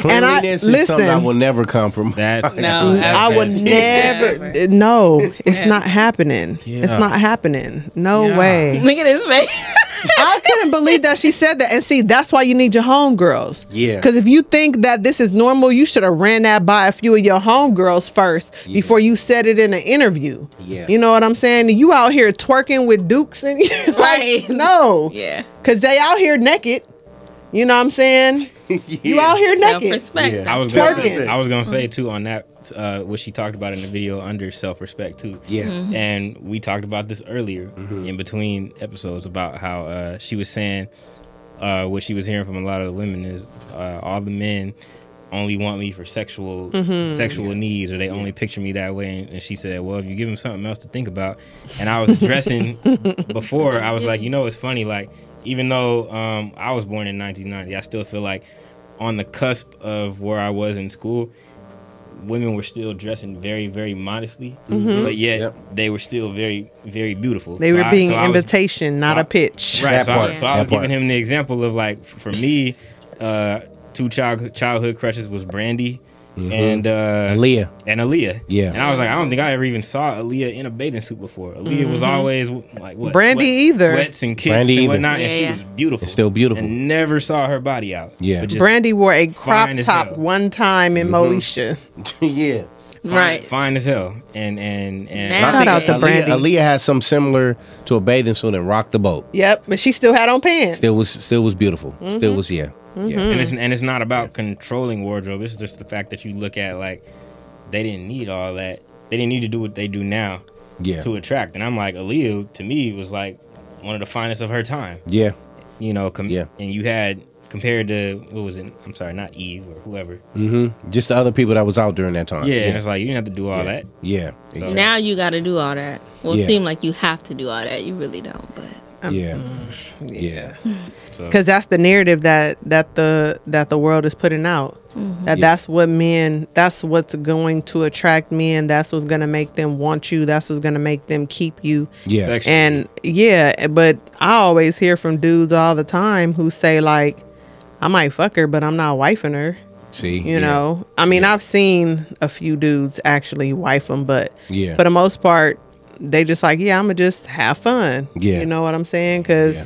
and I
Cleanliness is something I
listen.
will never compromise.
That's
No,
that's-
I would
that's-
never. No, it's not happening.
Yeah.
It's not happening. No
Yeah.
way.
Look at his face.
I couldn't believe that she said that. And see, that's why you need your homegirls.
Yeah.
Because if you think that this is normal, you should have ran that by a few of your homegirls first before you said it in an interview.
Yeah.
You know what I'm saying? You out here twerking with dukes and like,
Right.
no.
yeah.
Because they out here naked. You know what I'm saying? You out here
Self
naked.
respect.
Yeah.
I was gonna say,
Twerking.
I was gonna say too on that uh, what she talked about in the video under self respect too.
Yeah. Mm-hmm. Mhm.
and we talked about this earlier in between episodes about how uh, she was saying uh, what she was hearing from a lot of the women is uh, all the men only want me for sexual
Mm-hmm.
sexual needs or they only picture me that way and, and she said well if you give them something else to think about and i was addressing before i was like you know it's funny like even though um, i was born in 1990 i still feel like on the cusp of where i was in school women were still dressing very very modestly but yet
Yep.
they were still very very beautiful
Mm-hmm. They
So
were
I-
being
so I was-
invitation, not a pitch.
Right.
That
so
part,
I, so I
that
was
part.
giving him the example of like f- for me, uh, two child childhood crushes was Brandy and uh,
Leah.
and Aaliyah.
Mm-hmm. Yeah.
And I was like, I don't think I ever even saw Aaliyah in a bathing suit before. Aaliyah
Mm-hmm.
was always like what?
Brandy either.
Sweats and kicks
Brandy
and
either.
whatnot, and
Yeah,
she
yeah.
was beautiful.
It's still beautiful.
And never saw her body out.
Yeah.
But just
Brandy wore a crop
fine as
top
hell.
one time in
Mm-hmm.
Moesha.
yeah.
fine,
Right.
Fine as hell. And and and
Now-
Shout out to
Aaliyah,
Brandy.
Aaliyah has some similar to a bathing suit and rocked the boat.
Yep, but she still had on pants.
Still was still was beautiful.
Mm-hmm.
Still was yeah. Yeah.
and it's and it's not about controlling wardrobe. It's just the fact that you look at like they didn't need all that. They didn't need to do what they do now
Yeah.
to attract. And I'm like Aaliyah to me was like one of the finest of her time.
Yeah.
You know, com-
Yeah.
and you had compared to what was it? I'm sorry, not Eve or whoever. Yeah,
Mm-hmm. Just the other people that was out during that time.
and it's like you didn't have to do all that.
Yeah. Exactly.
Now you got to do all that. Well,
Yeah.
it seems like you have to do all that. You really don't, but
Um,
yeah.
mm,
Yeah.
So
because that's the narrative that that the that the world is putting out that
Yeah.
that's what men that's what's going to attract men that's what's going to make them want you that's what's going to make them keep you
Yeah.
sexually,
and yeah but i always hear from dudes all the time who say like i might fuck her but i'm not wifing her
See.
you know i mean i've seen a few dudes actually wife them but
Yeah.
for the most part they just like yeah i'm gonna just have fun
Yeah.
you know what i'm saying because
Yeah.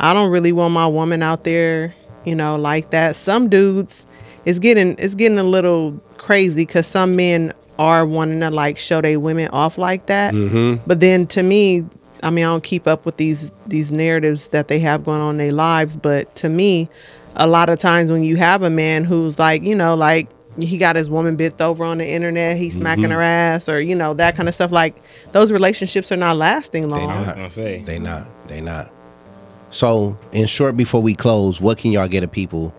i don't really want my woman out there you know like that some dudes it's getting it's getting a little crazy because some men are wanting to like show their women off like that
Mm.
but then to me i mean i don't keep up with these these narratives that they have going on in their lives but to me a lot of times when you have a man who's like you know like he got his woman bit over on the internet he's smacking her ass or you know that kind of stuff like those relationships are not lasting long
I was gonna say.
They not. They not. So, in short, before we close, what can y'all get of people,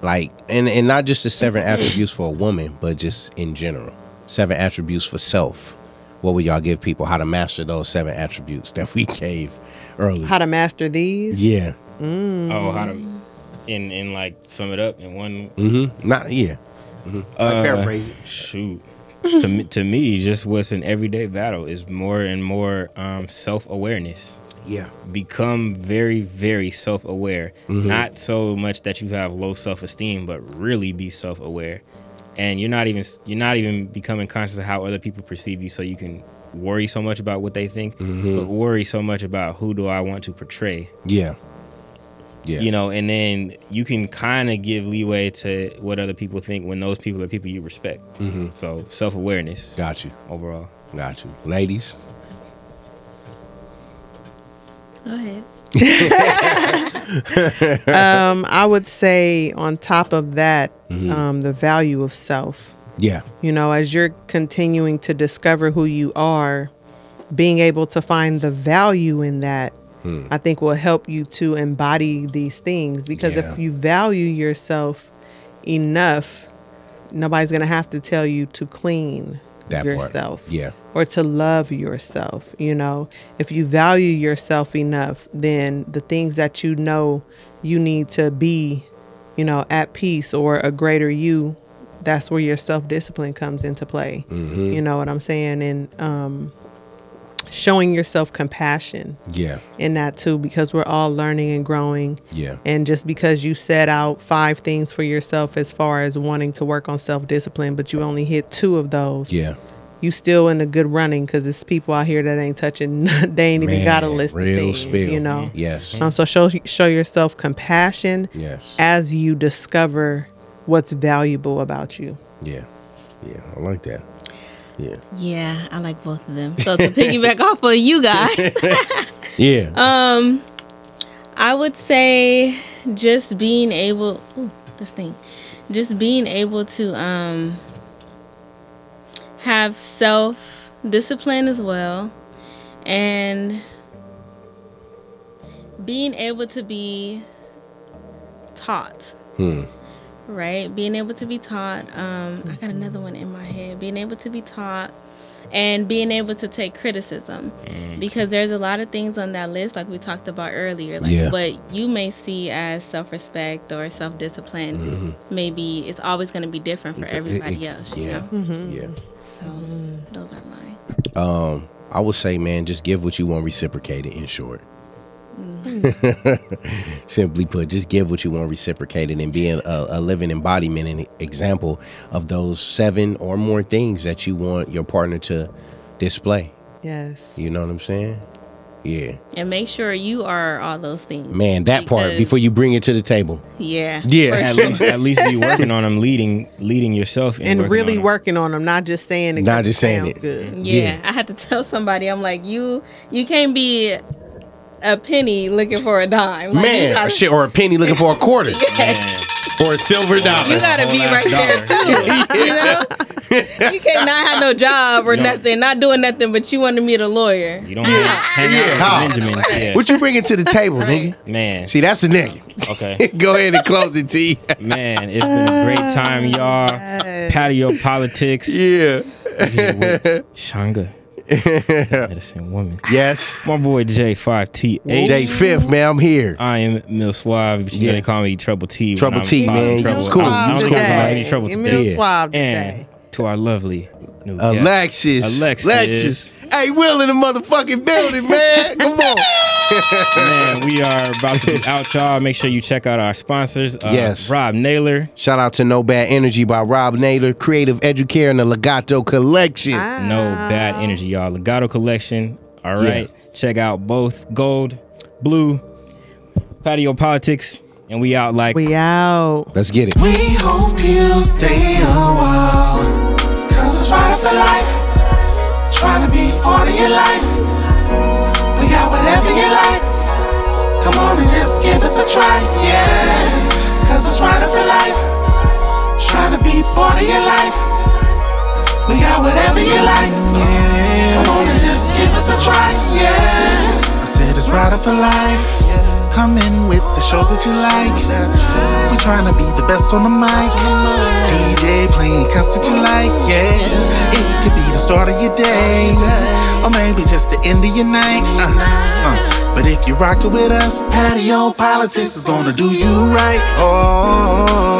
like, and and not just the seven attributes for a woman, but just in general, seven attributes for self. What would y'all give people how to master those seven attributes that we gave earlier?
how to master these
yeah.
Oh, how to and and like sum it up in one
Mm-hmm. Not yeah. Mm-hmm. Like paraphrase it.
shoot. to me, to me, just what's an everyday battle is more and more um, self awareness.
Yeah.
Become very, very self aware. Not so much that you have low self esteem, but really be self aware. And you're not even you're not even becoming conscious of how other people perceive you, so you can worry so much about what they think, but worry so much about who do I want to portray
Yeah. Yeah.
you know and then you can kind of give leeway to what other people think when those people are people you respect so self-awareness
Got you.
overall
Got you. Ladies.
go ahead.
um i would say on top of that um the value of self
Yeah.
you know as you're continuing to discover who you are being able to find the value in that
Hmm.
i think will help you to embody these things because
Yeah.
if you value yourself enough nobody's going to have to tell you to clean
That part.
yourself
Yeah.
or to love yourself you know if you value yourself enough then the things that you know you need to be you know at peace or a greater you that's where your self-discipline comes into play you know what i'm saying and um showing yourself compassion
Yeah.
in that too because we're all learning and growing
Yeah.
and just because you set out five things for yourself as far as wanting to work on self-discipline but you only hit two of those
Yeah.
you still in a good running because it's people out here that ain't touching. they ain't even got a
Man,
list. of
Real
things,
spill.
you know.
Yes.
Um, so show show yourself compassion
Yes.
as you discover what's valuable about you.
Yeah. Yeah. I like that. Yeah.
Yeah, I like both of them. So to piggyback off of you guys,
Yeah.
Uh, I would say just being able ooh, this thing. Just being able to um have self discipline as well and being able to be taught.
Hmm.
Right? Being able to be taught. Um I got another one in my head. Being able to be taught and being able to take criticism
Mm.
because there's a lot of things on that list like we talked about earlier like
Yeah.
what you may see as self-respect or self-discipline maybe it's always going to be different for everybody
Mm-hmm. Ex-
else you
Yeah.
know Mm-hmm.
Yeah.
so those are mine
Um, I would say, man, just give what you want reciprocated. In short,
Mm.
simply put, just give what you want reciprocated, and be a, a living embodiment and example of those seven or more things that you want your partner to display.
Yes.
You know what I'm saying? Yeah,
and make sure you are all those things
man, that part
Because-
before you bring it to the table.
yeah
Yeah,
at least at least be working on them leading leading yourself and,
And
working
really
on 'em.
working on them, not just saying it.
Not
'cause
just
it
Mm-hmm.
saying
sounds
it.
Good.
yeah, I had to tell somebody. I'm like, you, you can't be a penny looking for a dime. Like,
Man,
you
or
gotta,
shit, or a penny looking for a quarter
Man.
or a silver dollar.
you gotta be
Whole
right there
ass
too. You know, you can't not have no job or nothing, not doing nothing, but you want to meet a lawyer.
You don't hang
Yeah.
out
Nah.
with Benjamin. Yeah.
What you bringing to the table, nigga?
Man,
See, that's a nigga.
okay.
Go ahead and close it, T.
Man, it's been a great time, y'all. Patio politics.
yeah.
Here with Shanga. Medicine woman.
Yes.
My boy J5th.
J Fifth, man, I'm here.
I am Mil Suave, but you
Yes.
gotta call me Trouble T. when
Trouble
I'm
T,
causing
man. You
trouble.
cool.
I
You
don't
cool.
care about any
Yeah. Uh,
trouble
Give
today.
me a swab
And
today.
to our lovely new guest.
Alexis.
Uh, Alexis.
Hey, Will in the motherfucking building, man. Come on.
Man, we are about to be out, y'all. Make sure you check out our sponsors. Uh,
Yes.
Rob Naylor.
Shout out to No Bad Energy by Rob Naylor, Creative Educare, and the Legato Collection.
No bad energy, y'all. Legato Collection. All right. Check out both gold, blue, patio politics, and we out like
We out.
Let's get it.
We hope you stay a while. Cause it's right for life. Trying to be part of your life. We got whatever you like. Come on and just give us a try. Yeah. Cause it's right for life. Trying to be part of your life. We got whatever you like. Come on and just give us a try. Yeah. I said it's right for life. Come in with the shows that you like. We tryna be the best on the mic. DJ playing cuts that you like, yeah. It could be the start of your day, or maybe just the end of your night. Uh, uh. But if you rock it with us, patio politics is gonna do you right. Oh.